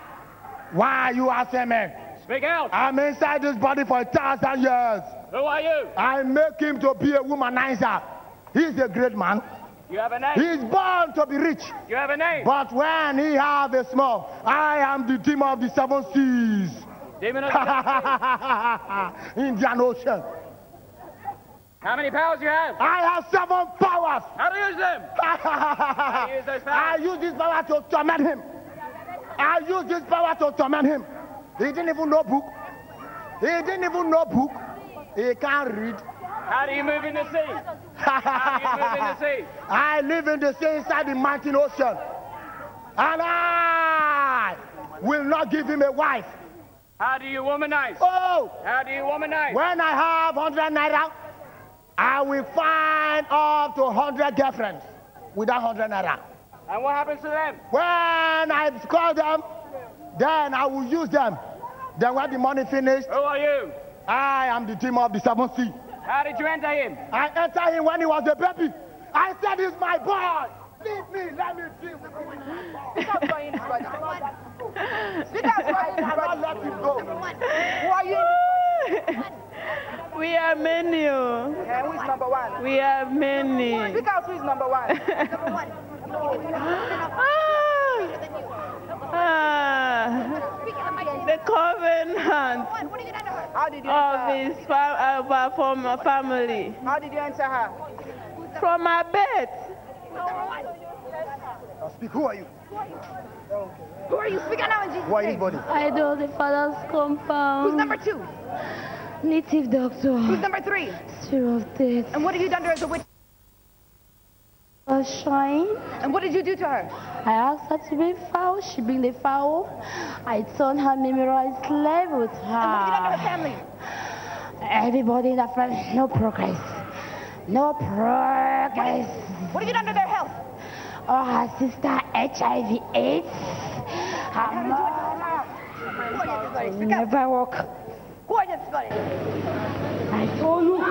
Why you asking me?
Speak out.
I'm inside this body for a thousand years.
Who are you?
I make him to be a womanizer. He's a great man.
You have a name.
He's born to be rich.
You have a name.
But when he have a small, I am the demon of the seven seas.
Demon of the devil.
Indian Ocean.
How many powers you have?
I have seven powers.
How to use them?
I
use those powers.
use this power to torment him. I use this power to torment him. He didn't even know book. He didn't even know book. He can't read.
How do you move in the sea? How do you move in the sea?
I live in the sea inside the mountain ocean. And I will not give him a wife.
How do you womanize?
Oh!
How do you womanize?
When I have 100 naira, I will find up to 100 girlfriends with that 100 naira.
And what happens to them?
When I call them, then I will use them. Then when the money finished,
who are you?
I am the team of the seven C.
How did you enter him?
I entered him when he was a baby. I said, "He's my boy. Leave me. Let me dream."
We are many. oh.
Yeah, who is number one?
We are many.
Speak out who is number one. number one.
Ah, the covenant
How did you
Oh,
of
enter her?
his fam- of our former family.
How did you enter her?
From my bed.
Now speak. Who are you?
Who are you? Speak out now in Jesus'
Who are you,
name.
buddy?
I know the father's compound.
Who's number two?
Native doctor.
Who's number three?
Sphere of death.
And what have you done to her as a witch?
Foul shrine.
And what did you do to her?
I asked her to bring foul. She bring the foul. I turned her memorized slave with her.
And what have you done to her family?
Everybody in the family, no progress. No progress.
What have you done to their health?
Oh, her sister HIV AIDS. Her mom
Who
never walk.
are you, buddy?
I told you.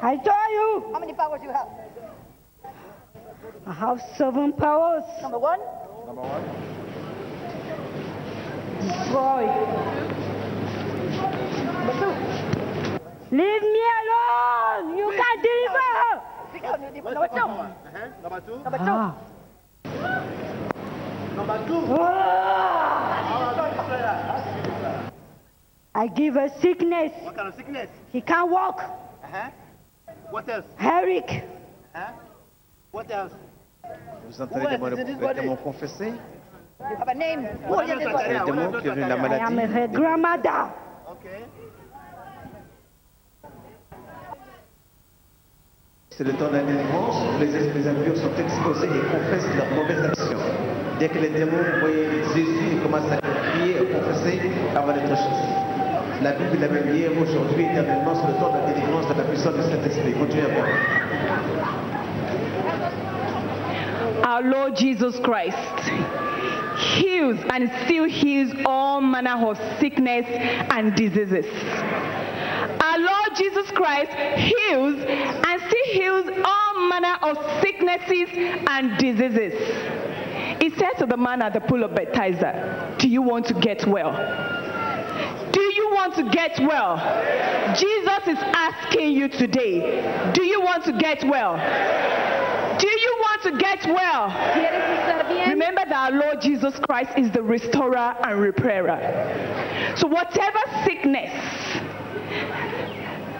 I tell you,
How many powers you have?
I have seven powers.
Number one?
Number one. Destroy. Leave me alone! You can't deliver her!
Speak out, Nudipa. Number two.
Number two.
Number two.
Ah.
Number two.
Ah.
I give her sickness.
What kind of sickness?
She can't walk.
Uh-huh. What else?
Herrick.
Huh? What else?
Vous entendez les mots de- les mots confessés
You have a name. Who are you, this
Les
buddy?
démons qui viennent de la
I am
maladie.
her grandmother.
C'est le temps d'un délivrance où les esprits impurs sont exposés et confessent leurs mauvaises actions. Dès que les démons voyaient Jésus, ils commencent à crier et confesser avant d'être chassés. La Bible l'avait même hier, aujourd'hui, éternellement, c'est le temps de la délivrance de la puissance du Saint-Esprit. Continuez à voir.
Our Lord Jesus Christ heals and still heals all manner of sickness and diseases. Our Lord Jesus Christ heals and still heals all manner of sicknesses and diseases. He said to the man at the pool of Bethesda, Do you want to get well? Do you want to get well? Jesus is asking you today, do you want to get well? Do you want to get well? Remember that our Lord Jesus Christ is the restorer and repairer. So whatever sickness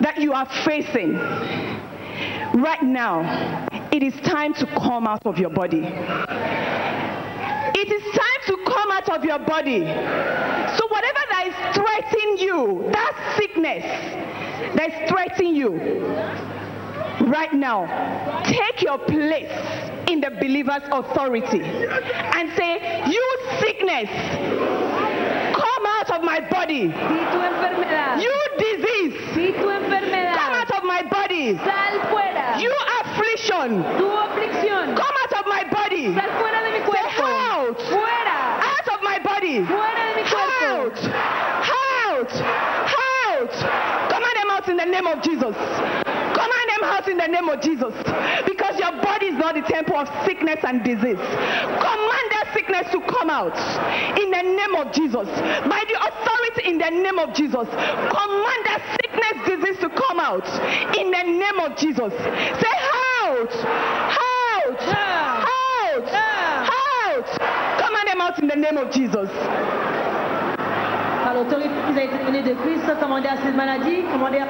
that you are facing right now, it is time to come out of your body. It is time to come out of your body. So whatever that is threatening you, that sickness that is threatening you, right now, take your place in the believer's authority and say, you sickness, come out of my body. You disease, come out of my body. You affliction, come out of my body. Say, out. Out of my body. Out. Out. Out. Command them out in the name of Jesus. Command them out in the name of Jesus. Because your body is not the temple of sickness and disease. Command that sickness to come out in the name of Jesus. By the authority in the name of Jesus. Command that sickness disease to come out in the name of Jesus. Say out. Out. Out. Out. Command them out in the name of Jesus.
Par l'autorité qui a été donnée de Christ, commandez à cette maladie, commandez à...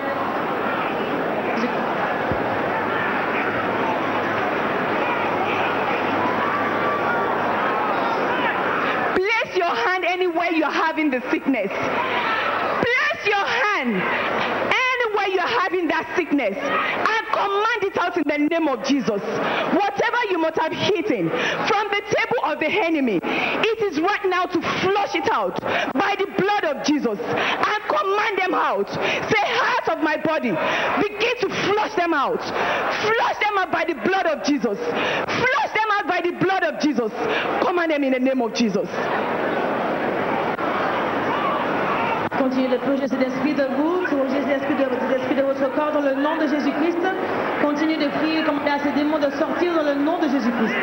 Place your hand anywhere you're having the sickness. Place your hand anywhere you're having that sickness, I command it out in the name of Jesus. Whatever you must have eaten from the table of the enemy, it is right now to flush it out by the blood of Jesus. I command them out. Say, heart of my body, begin to flush them out. Flush them out by the blood of Jesus. Flush them out by the blood of Jesus. Command them in the name of Jesus.
Continuez de purger cet esprit de vous, purger cet esprit de, cet esprit de votre corps dans le nom de Jésus-Christ. Continuez de prier, commandez à ces démons de sortir dans le nom de Jésus-Christ.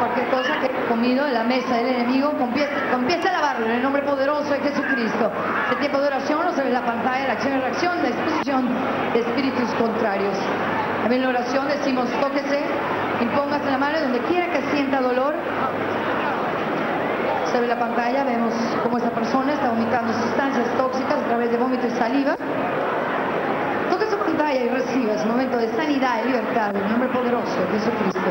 Cualquier cosa que he comido en la mesa del enemigo, empieza, empieza a lavarlo en el nombre poderoso de Jesucristo. El tiempo de oración no se ve en la pantalla, la acción y reacción, la exposición de espíritus contrarios. También en la oración decimos, tóquese, impóngase la mano y donde quiera que sienta dolor. Se ve en la pantalla, vemos cómo esta persona está vomitando sustancias tóxicas a través de vómito y saliva. Toque su pantalla y reciba su momento de sanidad y libertad en el nombre poderoso de Jesucristo.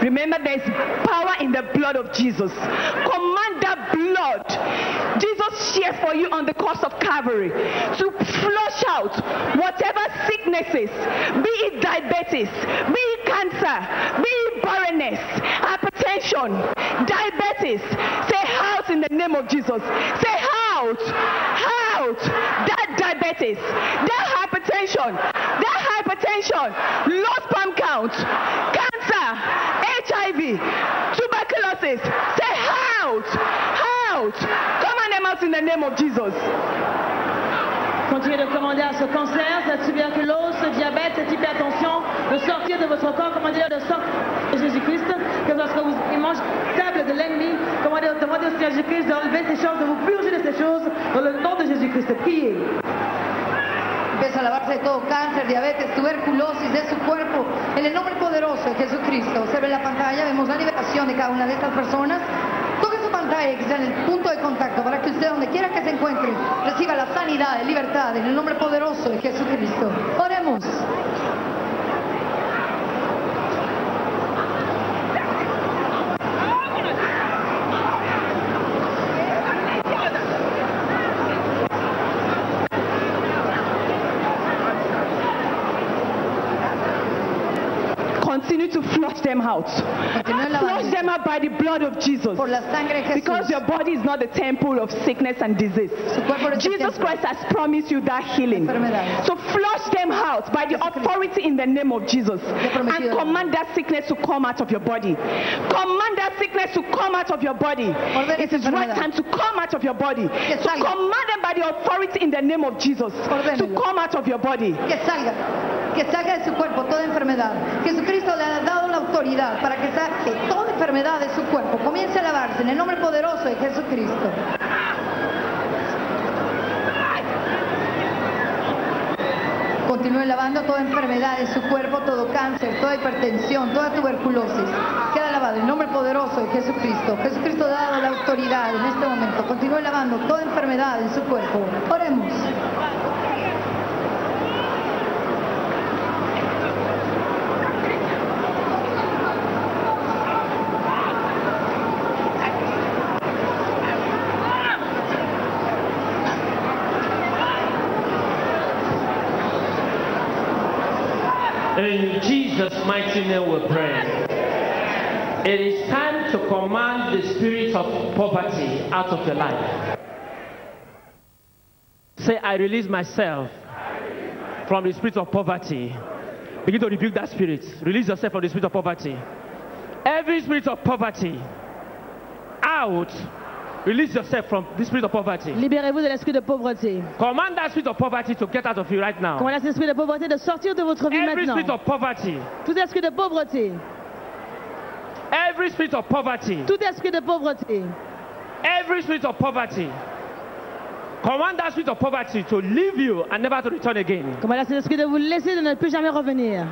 Remember, there's power in the blood of Jesus. Command that blood. Jesus shed for you on the cross of Calvary to flush out whatever sicknesses, be it diabetes, be it cancer, be it barrenness, hypertension, diabetes. Say out in the name of Jesus. Say out, out that diabetes, that hypertension, that hypertension, low sperm count, cancer. HIV, tuberculosis. Say out, out. Command them out in the name of Jesus.
Continuez de commander à ce cancer, cette tuberculose, ce diabète, cette hypertension, de sortir de votre corps, commandez-le de sortir de Jésus-Christ, que lorsque vous mangez table de l'ennemi, commandez demandez au Seigneur Jésus-Christ d'enlever ces choses, de vous purger de ces choses, dans le nom de Jésus-Christ. Priez.
Empieza a lavarse de todo cáncer, diabetes, tuberculosis de su cuerpo. En el nombre poderoso de Jesucristo. Observen la pantalla, vemos la liberación de cada una de estas personas. Toque su pantalla y que sea en el punto de contacto para que usted, donde quiera que se encuentre, reciba la sanidad y libertad en el nombre poderoso de Jesucristo. Oremos.
Continue to flush them out. Flush them out by the blood of Jesus. Because your body is not the temple of sickness and disease. Jesus Christ has promised you that healing. So flush them out by the authority in the name of Jesus. And command that sickness to come out of your body. Command that sickness to come out of your body. It is right time to come out of your body. To command them by the authority in the name of Jesus. To come out of your body.
Que salga, que salga de su cuerpo toda enfermedad. Jesucristo le ha dado la autoridad para que saque toda enfermedad de su cuerpo. Comience a lavarse en el nombre poderoso de Jesucristo. Continúe lavando toda enfermedad de su cuerpo, todo cáncer, toda hipertensión, toda tuberculosis. Queda lavado en el nombre poderoso de Jesucristo. Jesucristo le ha dado la autoridad en este momento. Continúe lavando toda enfermedad en su cuerpo. Oremos.
In Jesus' mighty name we pray. It is time to command the spirit of poverty out of your life. Say, I release myself from the spirit of poverty. Begin to rebuke that spirit. Release yourself from the spirit of poverty. Every spirit of poverty, out. Release yourself from the spirit of poverty.
Libérez-vous de l'esprit de pauvreté.
Command that spirit of poverty to get out of you right now.
Commandez à cet esprit de pauvreté de sortir de votre vie
Every spirit
maintenant.
of poverty,
Tout esprit de pauvreté,
every spirit of poverty,
tout esprit de pauvreté,
every spirit of poverty. Command that spirit of poverty to leave you and never to return again.
commandez à cet esprit de vous laisser de ne plus jamais revenir.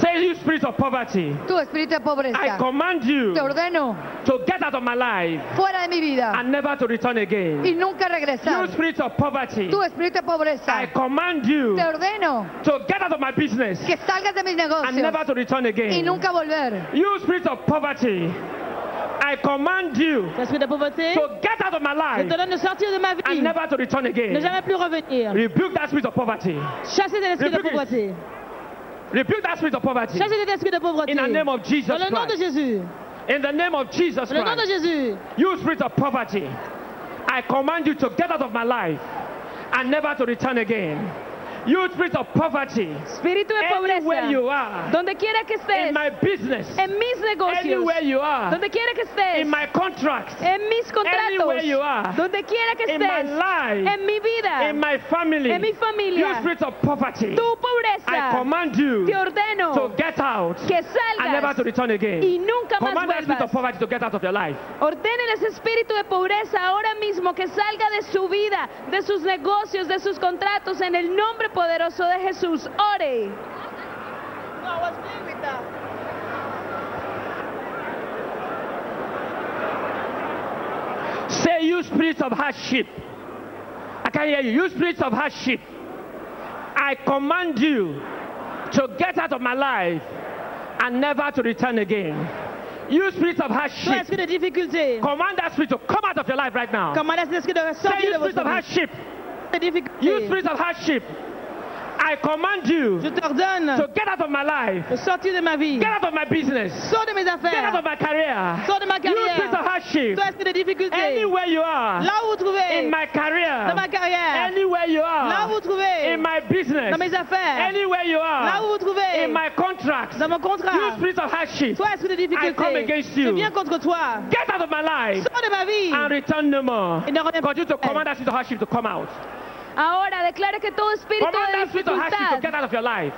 Say, you spirit of poverty,
Tu espíritu de
I
pobreza,
command you
te ordeno
to get out of my life
fuera de mi vida
and never to return
y
again.
nunca
You
regresar.
spirit of poverty,
Tu espíritu de pobreza,
I command you
te ordeno
to get out of my business
que salgas de mis
and
negocios
never to return
y
again.
nunca volver.
You spirit of poverty, I I command you
Esprit de pauvreté,
to get out of my
je
life
te donne de sortir de ma vie.
and never to return
Ne
again.
jamais plus revenir.
Rebuke that spirit of poverty.
Chasser de l'esprit de
Rebuke it.
pauvreté.
Rebuke that spirit of poverty.
Chasser de l'esprit de pauvreté.
In the name of Jesus
Dans le nom de
Christ.
Jésus.
In the name of Jesus
Au nom de
Christ,
Jésus.
you spirit of poverty, I command you to get out of my life and never to return again. You spirit of poverty,
Espíritu de
Anywhere
pobreza.
you are.
Donde quiera que estés.
in my business,
en mis negocios.
anywhere you are,
Donde quiera que estés.
in my contracts,
en mis
anywhere
contratos.
you are,
Donde quiera que
in my
estés.
life,
en mi vida.
in my family,
en mi
you
familia.
spirit of poverty,
tu pobreza.
I command you
te ordeno
to get out
que salgas
and never to return again.
y nunca más
command that spirit
vuelvas.
of poverty to get out of your life.
Ordenen ese espíritu de pobreza ahora mismo que salga de su vida, de sus negocios, de sus contratos, en el nombre poderoso de Jesús. Ore.
Say, you spirits of hardship. I can hear you. You spirits of hardship. I command you to get out of my life and never to return again. You spirits of
Toi,
hardship.
esprit de difficulté.
Command that spirit to come out of your life right now.
Commandez l'esprit de
Say,
sortir
you
de
spirit of
votre vie.
hardship.
De difficulté.
You spirit of hardship. I command you
Je t'ordonne
to get out of my life.
de sortir de ma vie.
Get out of my business.
Sors de mes
Get out
affaires.
of my career.
Sors de ma
You spirit of
carrière.
hardship.
Toi, esprit de difficulté.
Anywhere you are.
Là où vous trouvez.
In my career.
Dans ma carrière.
Anywhere you are.
Là où vous trouvez.
In my business.
Dans mes affaires.
Anywhere you are.
Là où vous trouvez.
In my contracts.
Dans mon contrat.
You spirit of hardship.
Toi, esprit de
I come
difficulté.
against
Je
you.
viens contre toi.
Get out of my life.
Sors de ma vie.
And return no more.
Et ne reviens
Continue to command that spirit of hardship to come out.
Ahora declara que todo espíritu
Command
de
that spirit of hardship to
dificultad,
get out of your life.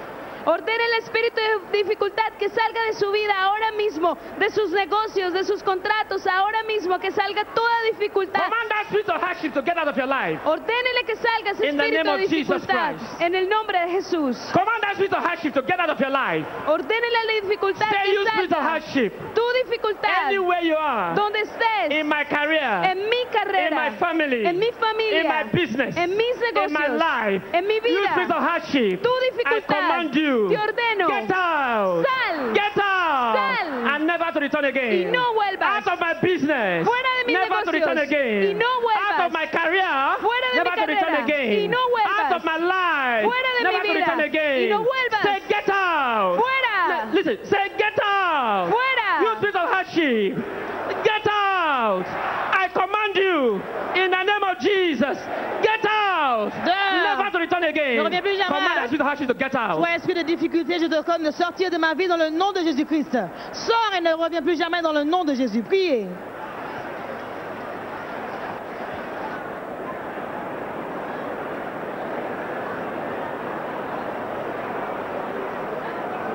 ordena el espíritu de dificultad que salga de su vida ahora mismo, de sus negocios, de sus contratos, ahora mismo que salga toda dificultad.
Command that spirit of hardship to get out of your life.
Ordénele que salga ese
In the
espíritu
name
de
of Jesus
dificultad
Christ.
en el nombre de Jesús.
Command that spirit of hardship to get out of your life.
Ordénele la dificultad
Say you
que
spirit of
salga.
hardship.
Tu dificultad,
Anywhere you are.
donde estés,
In my career.
en mi carrera,
In my family.
en mi familia,
In my business.
en mis negocios,
In my life.
en mi
You
vida,
spirit of hardship.
tu
I
dificultad,
command you.
te ordeno,
Get out.
Sal.
Get out.
Sal.
And never to return again.
Y no vuelvas.
Out of my business.
Fuera de mis
never to
negocios.
return again.
Y no vuelvas.
Out of my career.
Fuera de mi
never to return
carrera.
again.
Y no vuelvas.
Out of my life.
Fuera de mi
never to
vida.
return again.
Y no vuelvas.
Say get out.
Fuera.
Li- Listen. Say get out.
Fuera.
You spirit of hardship. Get out. I command you in the name of Jesus. Get out.
Dehors.
Never to return again.
Ne reviens plus jamais.
Command that spirit of hardship to get out.
Toi, esprit de difficulté, je te commande de sortir de ma vie dans le nom de Jésus-Christ. Sors et ne reviens plus jamais dans le nom de Jésus. Priez.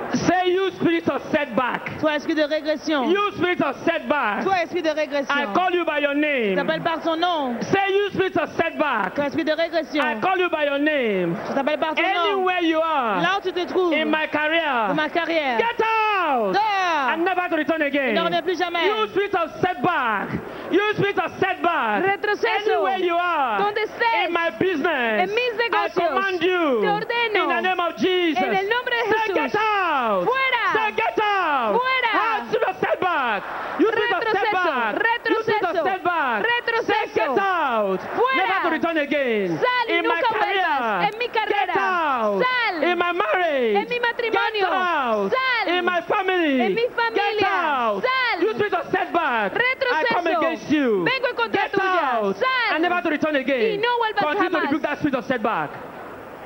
Say you spirit of setback.
Toi, esprit de régression.
You spirit of setback.
Toi, esprit de régression.
I call you by your
Je
name.
t'appelle par ton nom.
Say you spirit of setback.
Toi, esprit de régression.
I call you by your name.
Je t'appelle par ton nom.
Anywhere you
Là
are
où tu te trouves.
in my
Dans
career,
ma carrière.
get out
Dehors.
and never to return again.
Ne reviens plus jamais.
You spirit of setback. You spirit of setback.
Retroceso.
Ah, Anywhere you are.
Donde estés.
In my business.
En mis negocios.
I command you.
Te ordeno.
In the name of Jesus.
En el nombre de
Say
Jesús.
get out.
Fuera.
Say get out.
Fuera.
Ah, spirit of setback. You spirit of
Retroceso.
setback. You spirit of
Retroceso.
setback. Say
Retroceso.
get out.
Fuera.
Never to return again.
Sal y
in my
nunca
career.
vuelvas. En mi carrera.
Get out.
Sal.
In my marriage.
En mi matrimonio.
Get out.
Sal.
In my family.
En mi familia.
Get out.
Sal.
You spirit of setback. I
Retroceso.
come against you.
Vengo en contra
Get
tuya.
out.
Sal.
And never to return
Y
again.
no vuelvas
Continue to
jamás.
rebuke that spirit of setback.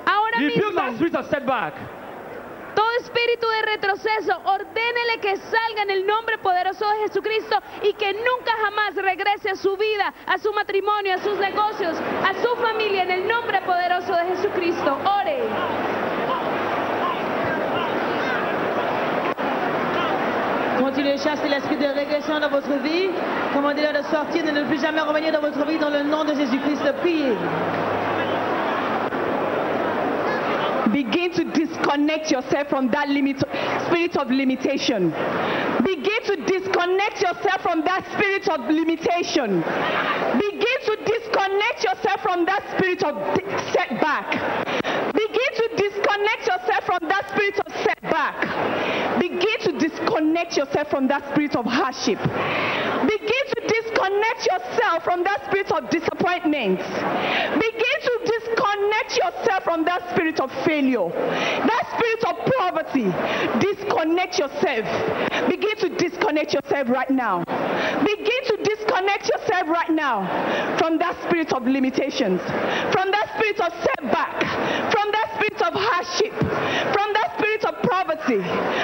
Ahora
Rebuke that
mismo,
spirit of setback.
todo espíritu de retroceso, ordénele que salga en el nombre poderoso de Jesucristo y que nunca jamás regrese a su vida, a su matrimonio, a sus negocios, a su familia, en el nombre poderoso de Jesucristo. Ore.
Continuez de chasser l'esprit de régression dans votre vie. Commandez-le de sortir, de ne plus jamais revenir dans votre vie dans le nom de Jésus-Christ. Priez.
Begin to disconnect yourself from that limit, spirit of limitation. Begin to disconnect yourself from that spirit of limitation. Begin to disconnect yourself from that spirit of di- setback. Begin to disconnect yourself from that spirit of setback. Begin to disconnect disconnect yourself from that spirit of hardship. Begin to disconnect yourself from that spirit of disappointment. Begin to disconnect yourself from that spirit of failure, that spirit of poverty. Disconnect yourself. Begin to disconnect yourself right now. Begin to disconnect yourself right now from that spirit of limitations, from that spirit of setback, from that spirit of hardship, from that spirit of poverty,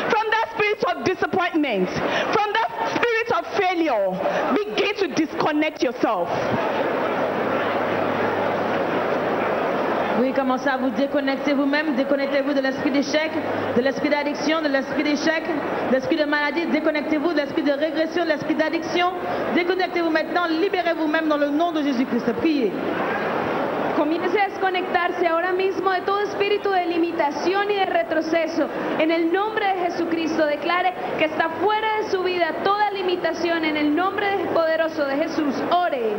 from that spirit of disappointment, from that spirit of failure. Begin to disconnect yourself.
Oui, commencez à vous déconnecter vous-même, déconnectez-vous de l'esprit d'échec, de l'esprit d'addiction, de l'esprit d'échec, de l'esprit de maladie, déconnectez-vous de l'esprit de régression, de l'esprit d'addiction, déconnectez-vous maintenant, libérez-vous même dans le nom de Jésus-Christ, priez.
Comience a desconectarse ahora mismo de todo espíritu de limitación y de retroceso. En el nombre de Jesucristo declare que está fuera de su vida toda limitación. En el nombre de- poderoso de Jesús, ore.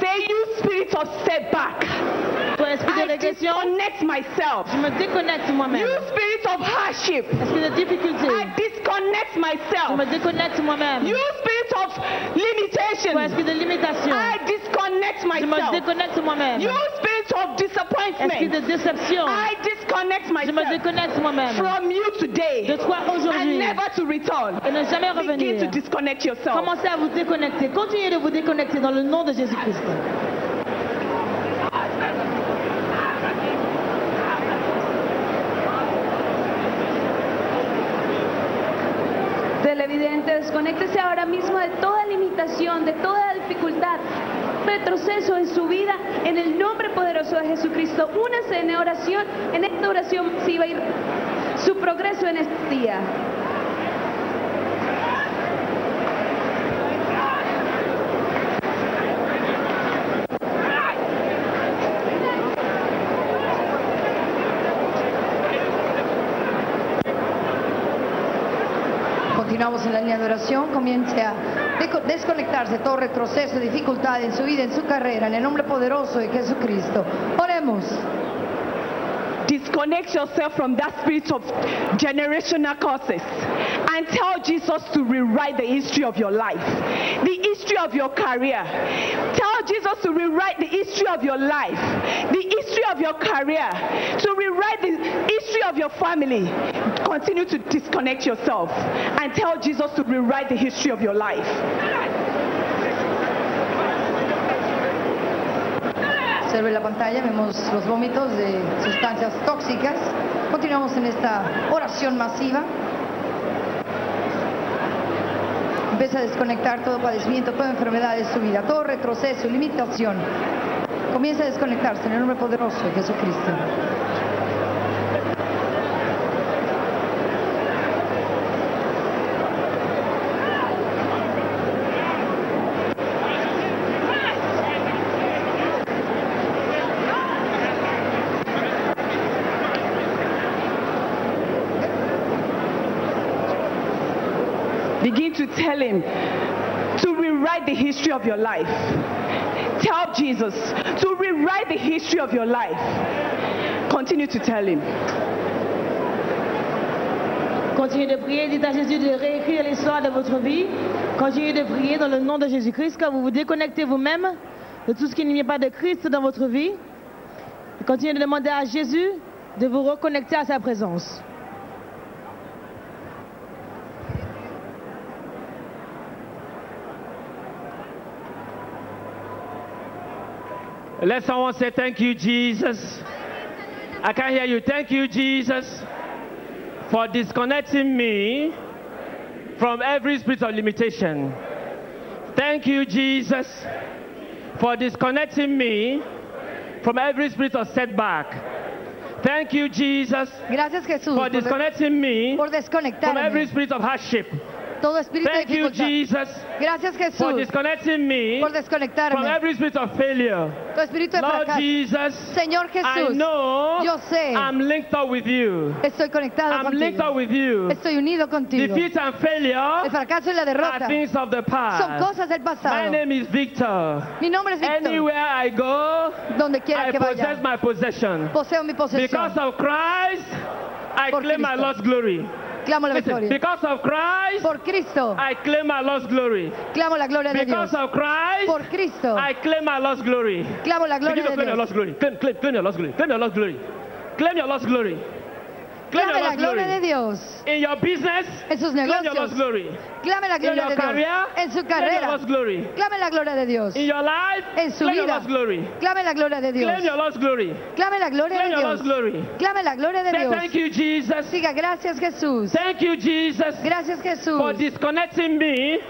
Say you spirit of setback. I disconnect myself. You spirit of hardship. I disconnect myself. You spirit of limitation. I disconnect myself. You spirit of disappointment.
Esprit de déception.
I disconnect myself. From you today.
De toi
And
aujourd'hui.
never to return.
Et ne jamais revenir.
Begin to disconnect yourself.
Commencez à vous déconnecter. Continuez de vous déconnecter dans le nom de Jésus-Christ.
Televidente, desconéctese ahora mismo de toda limitación, de toda dificultad, retroceso en su vida, en el nombre poderoso de Jesucristo. Únase en oración, en esta oración masiva y su progreso en este día.
Continuamos en la línea de oración. Comience a deco- desconectarse todo retroceso, dificultad en su vida, en su carrera, en el nombre poderoso de Jesucristo. Oremos.
Disconnect yourself from that spirit of generational curses and tell Jesus to rewrite the history of your life, the history of your career. Tell Jesus to rewrite the history of your life, the history of your career, to rewrite the history of your family. Continue to disconnect yourself and tell Jesus to rewrite the history of your life.
Observe la pantalla, vemos los vómitos de sustancias tóxicas. Continuamos en esta oración masiva. Empieza a desconectar todo padecimiento, toda enfermedad de su vida, todo retroceso, limitación. Comienza a desconectarse en el nombre poderoso de Jesucristo.
Begin to tell him to rewrite the history of your life. Tell Jesus to rewrite the history of your life. Continue to tell him.
Continuez de prier, dites à Jésus de réécrire l'histoire de votre vie. Continuez de prier dans le nom de Jésus-Christ, quand vous vous déconnectez vous-même de tout ce qui n'est pas de Christ dans votre vie. Et continuez de demander à Jésus de vous reconnecter à sa présence.
Let someone say, Thank you, Jesus. I can hear you. Thank you, Jesus, for disconnecting me from every spirit of limitation. Thank you, Jesus, for disconnecting me from every spirit of setback. Thank you, Jesus,
Gracias Jesús
for
por, de-
disconnecting me
por
from every
desconectarme
spirit of hardship.
todo espíritu
Thank
de
you,
dificultad.
Jesus,
Gracias
for
Jesús
disconnecting me
por desconectarme
from every spirit of failure.
todo espíritu de
Lord
fracaso.
Jesus,
Señor
I
Jesús,
know
yo sé,
I'm linked up with you.
estoy conectado
I'm linked up
contigo,
with you.
estoy unido contigo.
Defeat and
El
failure
fracaso y la
are
derrota
things of the past.
son cosas del
My
pasado.
name is Victor.
Mi nombre es Víctor.
Anywhere I go,
Donde quiera
I
que
possess
vaya,
my possession.
poseo mi posesión.
Because of Christ, I
Por
claim my
Cristo.
lost glory.
Clamo la
Listen,
victoria.
because of Christ,
Por Cristo,
I claim my lost glory.
clamo la gloria de Dios.
Because of Christ,
Por Cristo,
I claim my lost glory.
clamo la gloria
Begin to
de
claim your
Dios.
lost glory. Claim, claim, claim your lost glory. Claim your lost glory. Claim your lost glory. Claim
Clame
your
la
lost
gloria de
glory.
Dios.
In your business,
En sus
claim your
negocios.
lost glory.
Clame la
In
gloria
your
de Dios.
career,
En su
claim your
carrera.
lost glory.
Clame la gloria de Dios.
In your life,
En su
claim your
vida.
lost glory.
Clame la gloria de Dios.
Claim your lost glory.
Clame la gloria de
Claim your lost
Dios.
glory.
Clame la gloria de
Say
Dios.
thank you, Jesus.
Diga gracias Jesús.
Thank you, Jesus.
Gracias Jesús.
for disconnecting me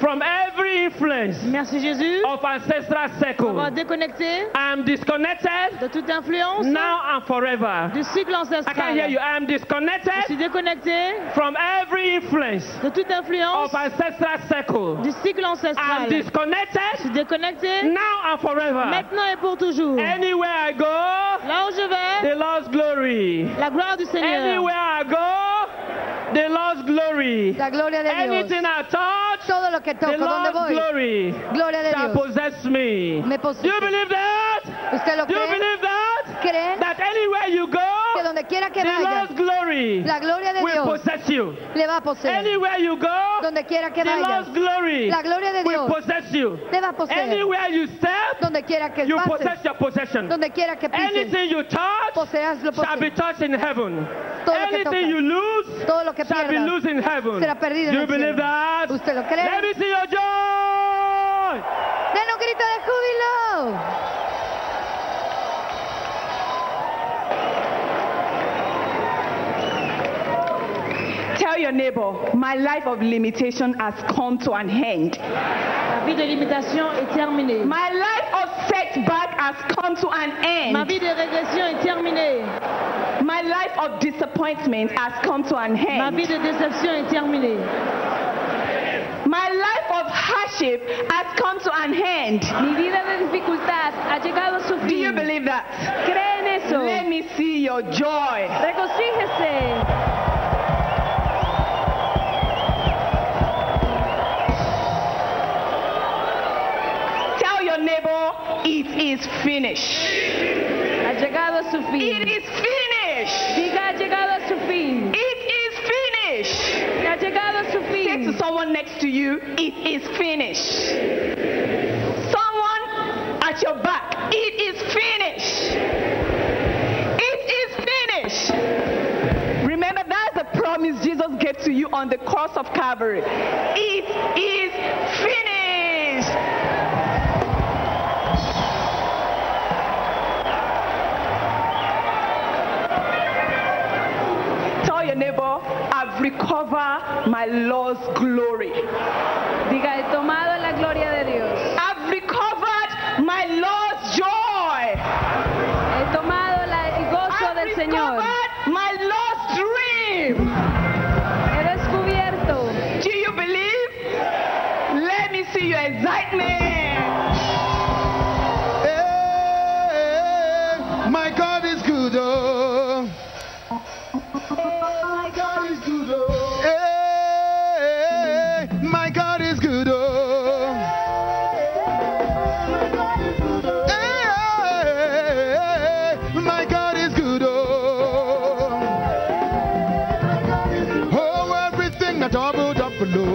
from every influence
Merci Jésus.
of ancestral
On va
circle.
déconnecter
I'm disconnected
de toute influence
now and forever.
du cycle
I
ancestral.
can hear you. I'm
Je suis
disconnected
déconnecté
from every influence
de toute influence
of ancestral circle.
du cycle ancestral. Je
I'm
suis
disconnected
déconnecté
now and forever.
maintenant et pour toujours.
Anywhere I go,
Là où je vais,
the Lord's glory.
la gloire du Seigneur.
Anywhere I go, the Lord's glory.
La gloria de Dios.
Anything I touch,
Todo lo que toco,
the
donde
Lord's
voy.
glory
Gloria de
shall
Dios.
possess me.
Me
Do
posee.
you believe that?
¿Usted lo
Do you
cree?
believe that?
¿Creen
That anywhere you
que
go,
donde quiera que
the
vaya,
Lord's glory
la gloria de
will
Dios
possess you.
le va a poseer?
Anywhere you go,
Donde quiera que
the
vaya,
Lord's glory
la gloria de
will
Dios
possess you.
le va a poseer.
Anywhere you step,
Donde quiera que
you
pases,
possess your possession.
donde quiera que pises,
Anything you touch
poseas lo
shall be
posees.
touched in heaven.
Todo lo que
Anything you
tocas,
lose
todo lo que
shall be
pierdas,
lost in heaven.
será perdido en
Do you
el
believe
cielo.
that?
¿Usted lo cree?
Let me see your joy.
¡Den un grito de júbilo!
Tell your neighbor, my life of limitation has come to an end.
La vie de limitation est terminée.
My life of setback has come to an
Ma
end.
vie de régression est terminée.
My life of disappointment has come to an
Ma vie
end.
de déception est terminée.
My life of hardship has come to an end.
Mi vida de dificultad ha llegado a su
Do you
fin.
believe that?
Cree en eso.
Let me see your joy.
Regocíjese.
Tell your neighbor, it is finished.
Ha llegado a su
It
fin.
is finished.
Diga, ha llegado a su fin.
It is finished.
Ha llegado a su
Say to
fin.
someone next to you, it is finished. Someone at your back, it is finished. It is finished. Remember, that's the promise Jesus gave to you on the cross of Calvary. It is finished. Tell your neighbor, I've recovered my lost glory.
Diga, he tomado la gloria de Dios.
I've recovered my lost joy.
He tomado la- el gozo
I've
del Señor.
recovered my lost dream.
He descubierto.
Do you believe? Let me see your excitement.
Hey, my God is good. Oh. My God is good. Oh. Hey, my God is good. Oh.
oh. Oh, Oh, oh. oh.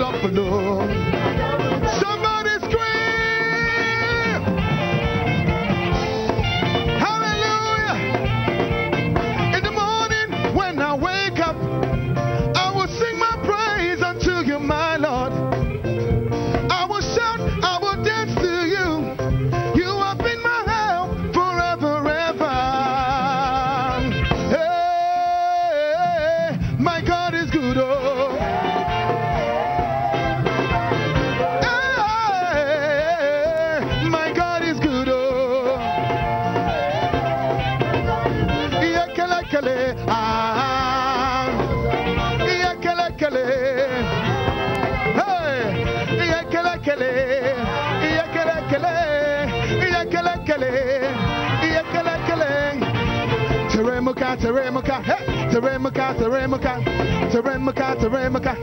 Oh, oh. oh. Ah. yakele, yakele, yakele, yakele, yakele, yakele, yakele. Teremuka, teremuka, hey, teremuka, teremuka, teremuka,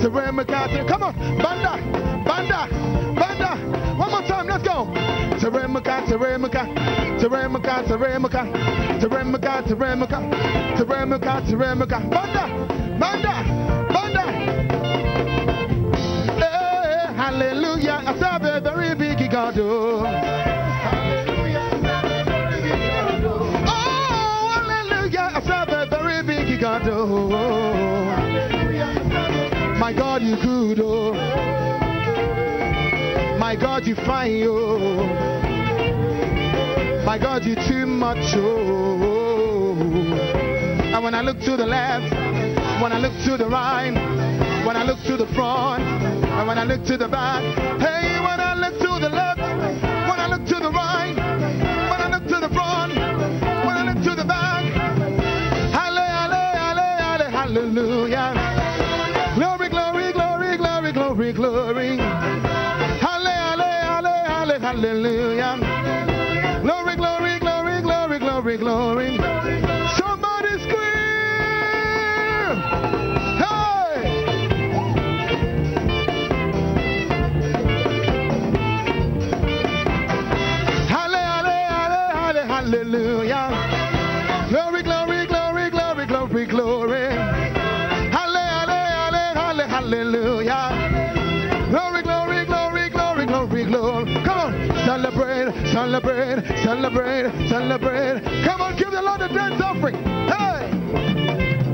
teremuka, teremuka. ter- Come on, banda, banda, banda. One more time, let's go. Teremuka, teremuka, teremuka, teremuka, teremuka, teremuka, teremuka, teremuka. Banda, banda, banda. Hey, hallelujah, I serve a very big God. Oh, Oh, hallelujah, I serve a very big God. Oh, my God, you good. Oh, my God, you fine. Oh, my God, you too much. Oh, and when I look to the left, when I look to the right, when I look to the front, and when I look to the back, hey, when I look to the left, when I look to the right, when I look to the front, when I look to the back, halle, halle, halle, halle, hallelujah. Glory, glory, glory, glory, glory, glory. Halle, halle, halle, halle, hallelujah. Glory, glory, glory, glory, glory, glory. Somebody scream! Hey! Halle, halle, halle, halle, hallelujah. Glory, glory, glory, glory, glory, glory. Halle, halle, halle, halle, hallelujah. Glory, glory, glory, glory, glory, glory. Come on, celebrate, celebrate, celebrate, celebrate. Come on, give the Lord a dance offering. Hey!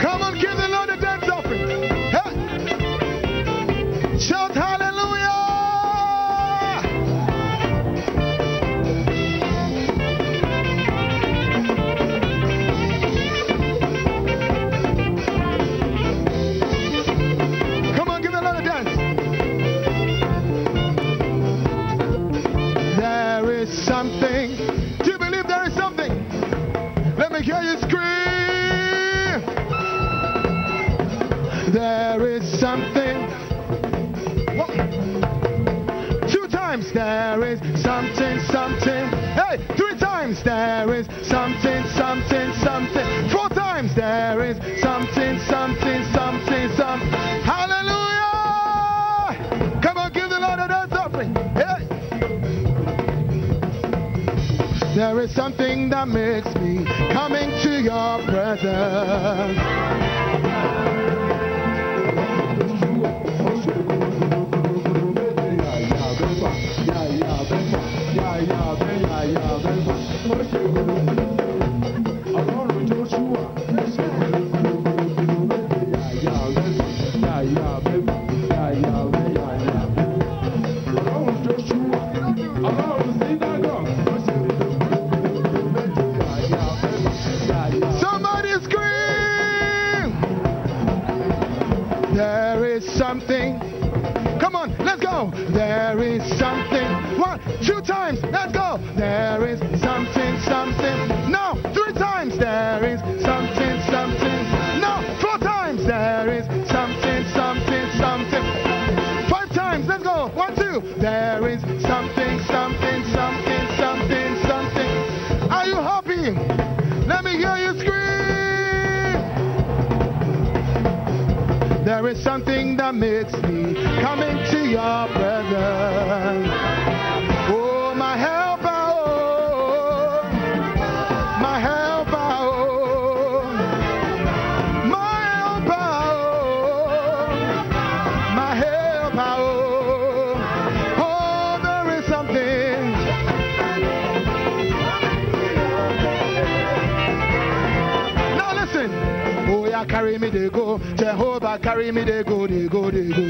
Come on, give the Lord a dance offering. Hey. Shout hallelujah. Come on, give the Lord a dance. There is something. Do you believe there is something? Let me hear you scream. There is something. One. Two times there is something, something. Hey, three times there is something, something, something. Four times there is something, something, something, something. Hallelujah! Come on, give the Lord a dance offering. Hey. There is something that makes me come into your presence. Somebody scream! There is something. Come on, let's go. There is something. One, two times. Let's go. There is something, something. No, three times. There is something, something. No, four times. There is something, something, something. Five times. Let's go. One, two. There is something, something, something, something, something. Are you happy? Let me hear you scream. There is something that makes me come into your presence. Oh, my helper, oh, my helper, oh, my helper, oh, my helper, oh. Oh, there is something. Now listen. Oh yeah, carry me they go. Jehovah carry me they go, they go, they go.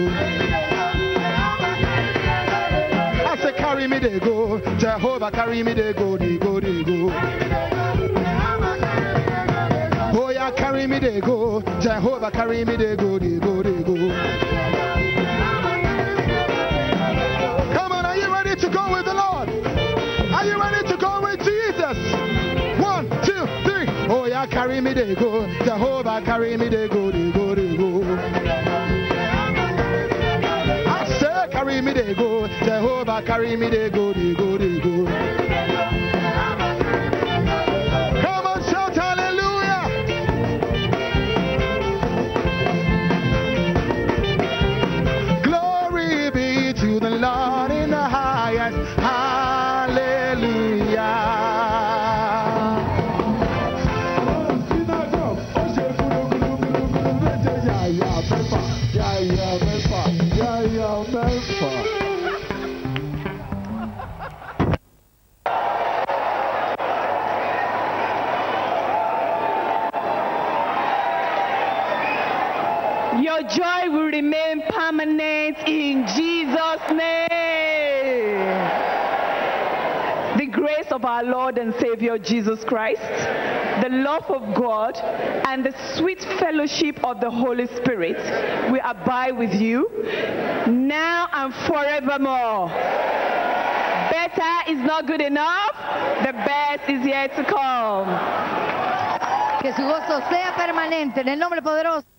I say carry me they go. Jehovah carry me they go, they go, they go. Oh yeah, carry me they go. Jehovah carry me they go, they go, they go. Come on, are you ready to go with the Lord? Are you ready to go with Jesus? Oh, me, they go. Jehovah carry me, they go, they go, they go. I say, carry me, they go. Jehovah carry me, they go, they go, they go. Come on, shout hallelujah. Glory be to the Lord in the highest. Hallelujah.
Your joy will remain permanent in Jesus' name. The grace of our Lord and Savior Jesus Christ, the love of God, and the sweet fellowship of the Holy Spirit will abide with you now and forevermore. Better is not good enough, the best is yet to come.
Que su gozo sea permanente en el nombre poderoso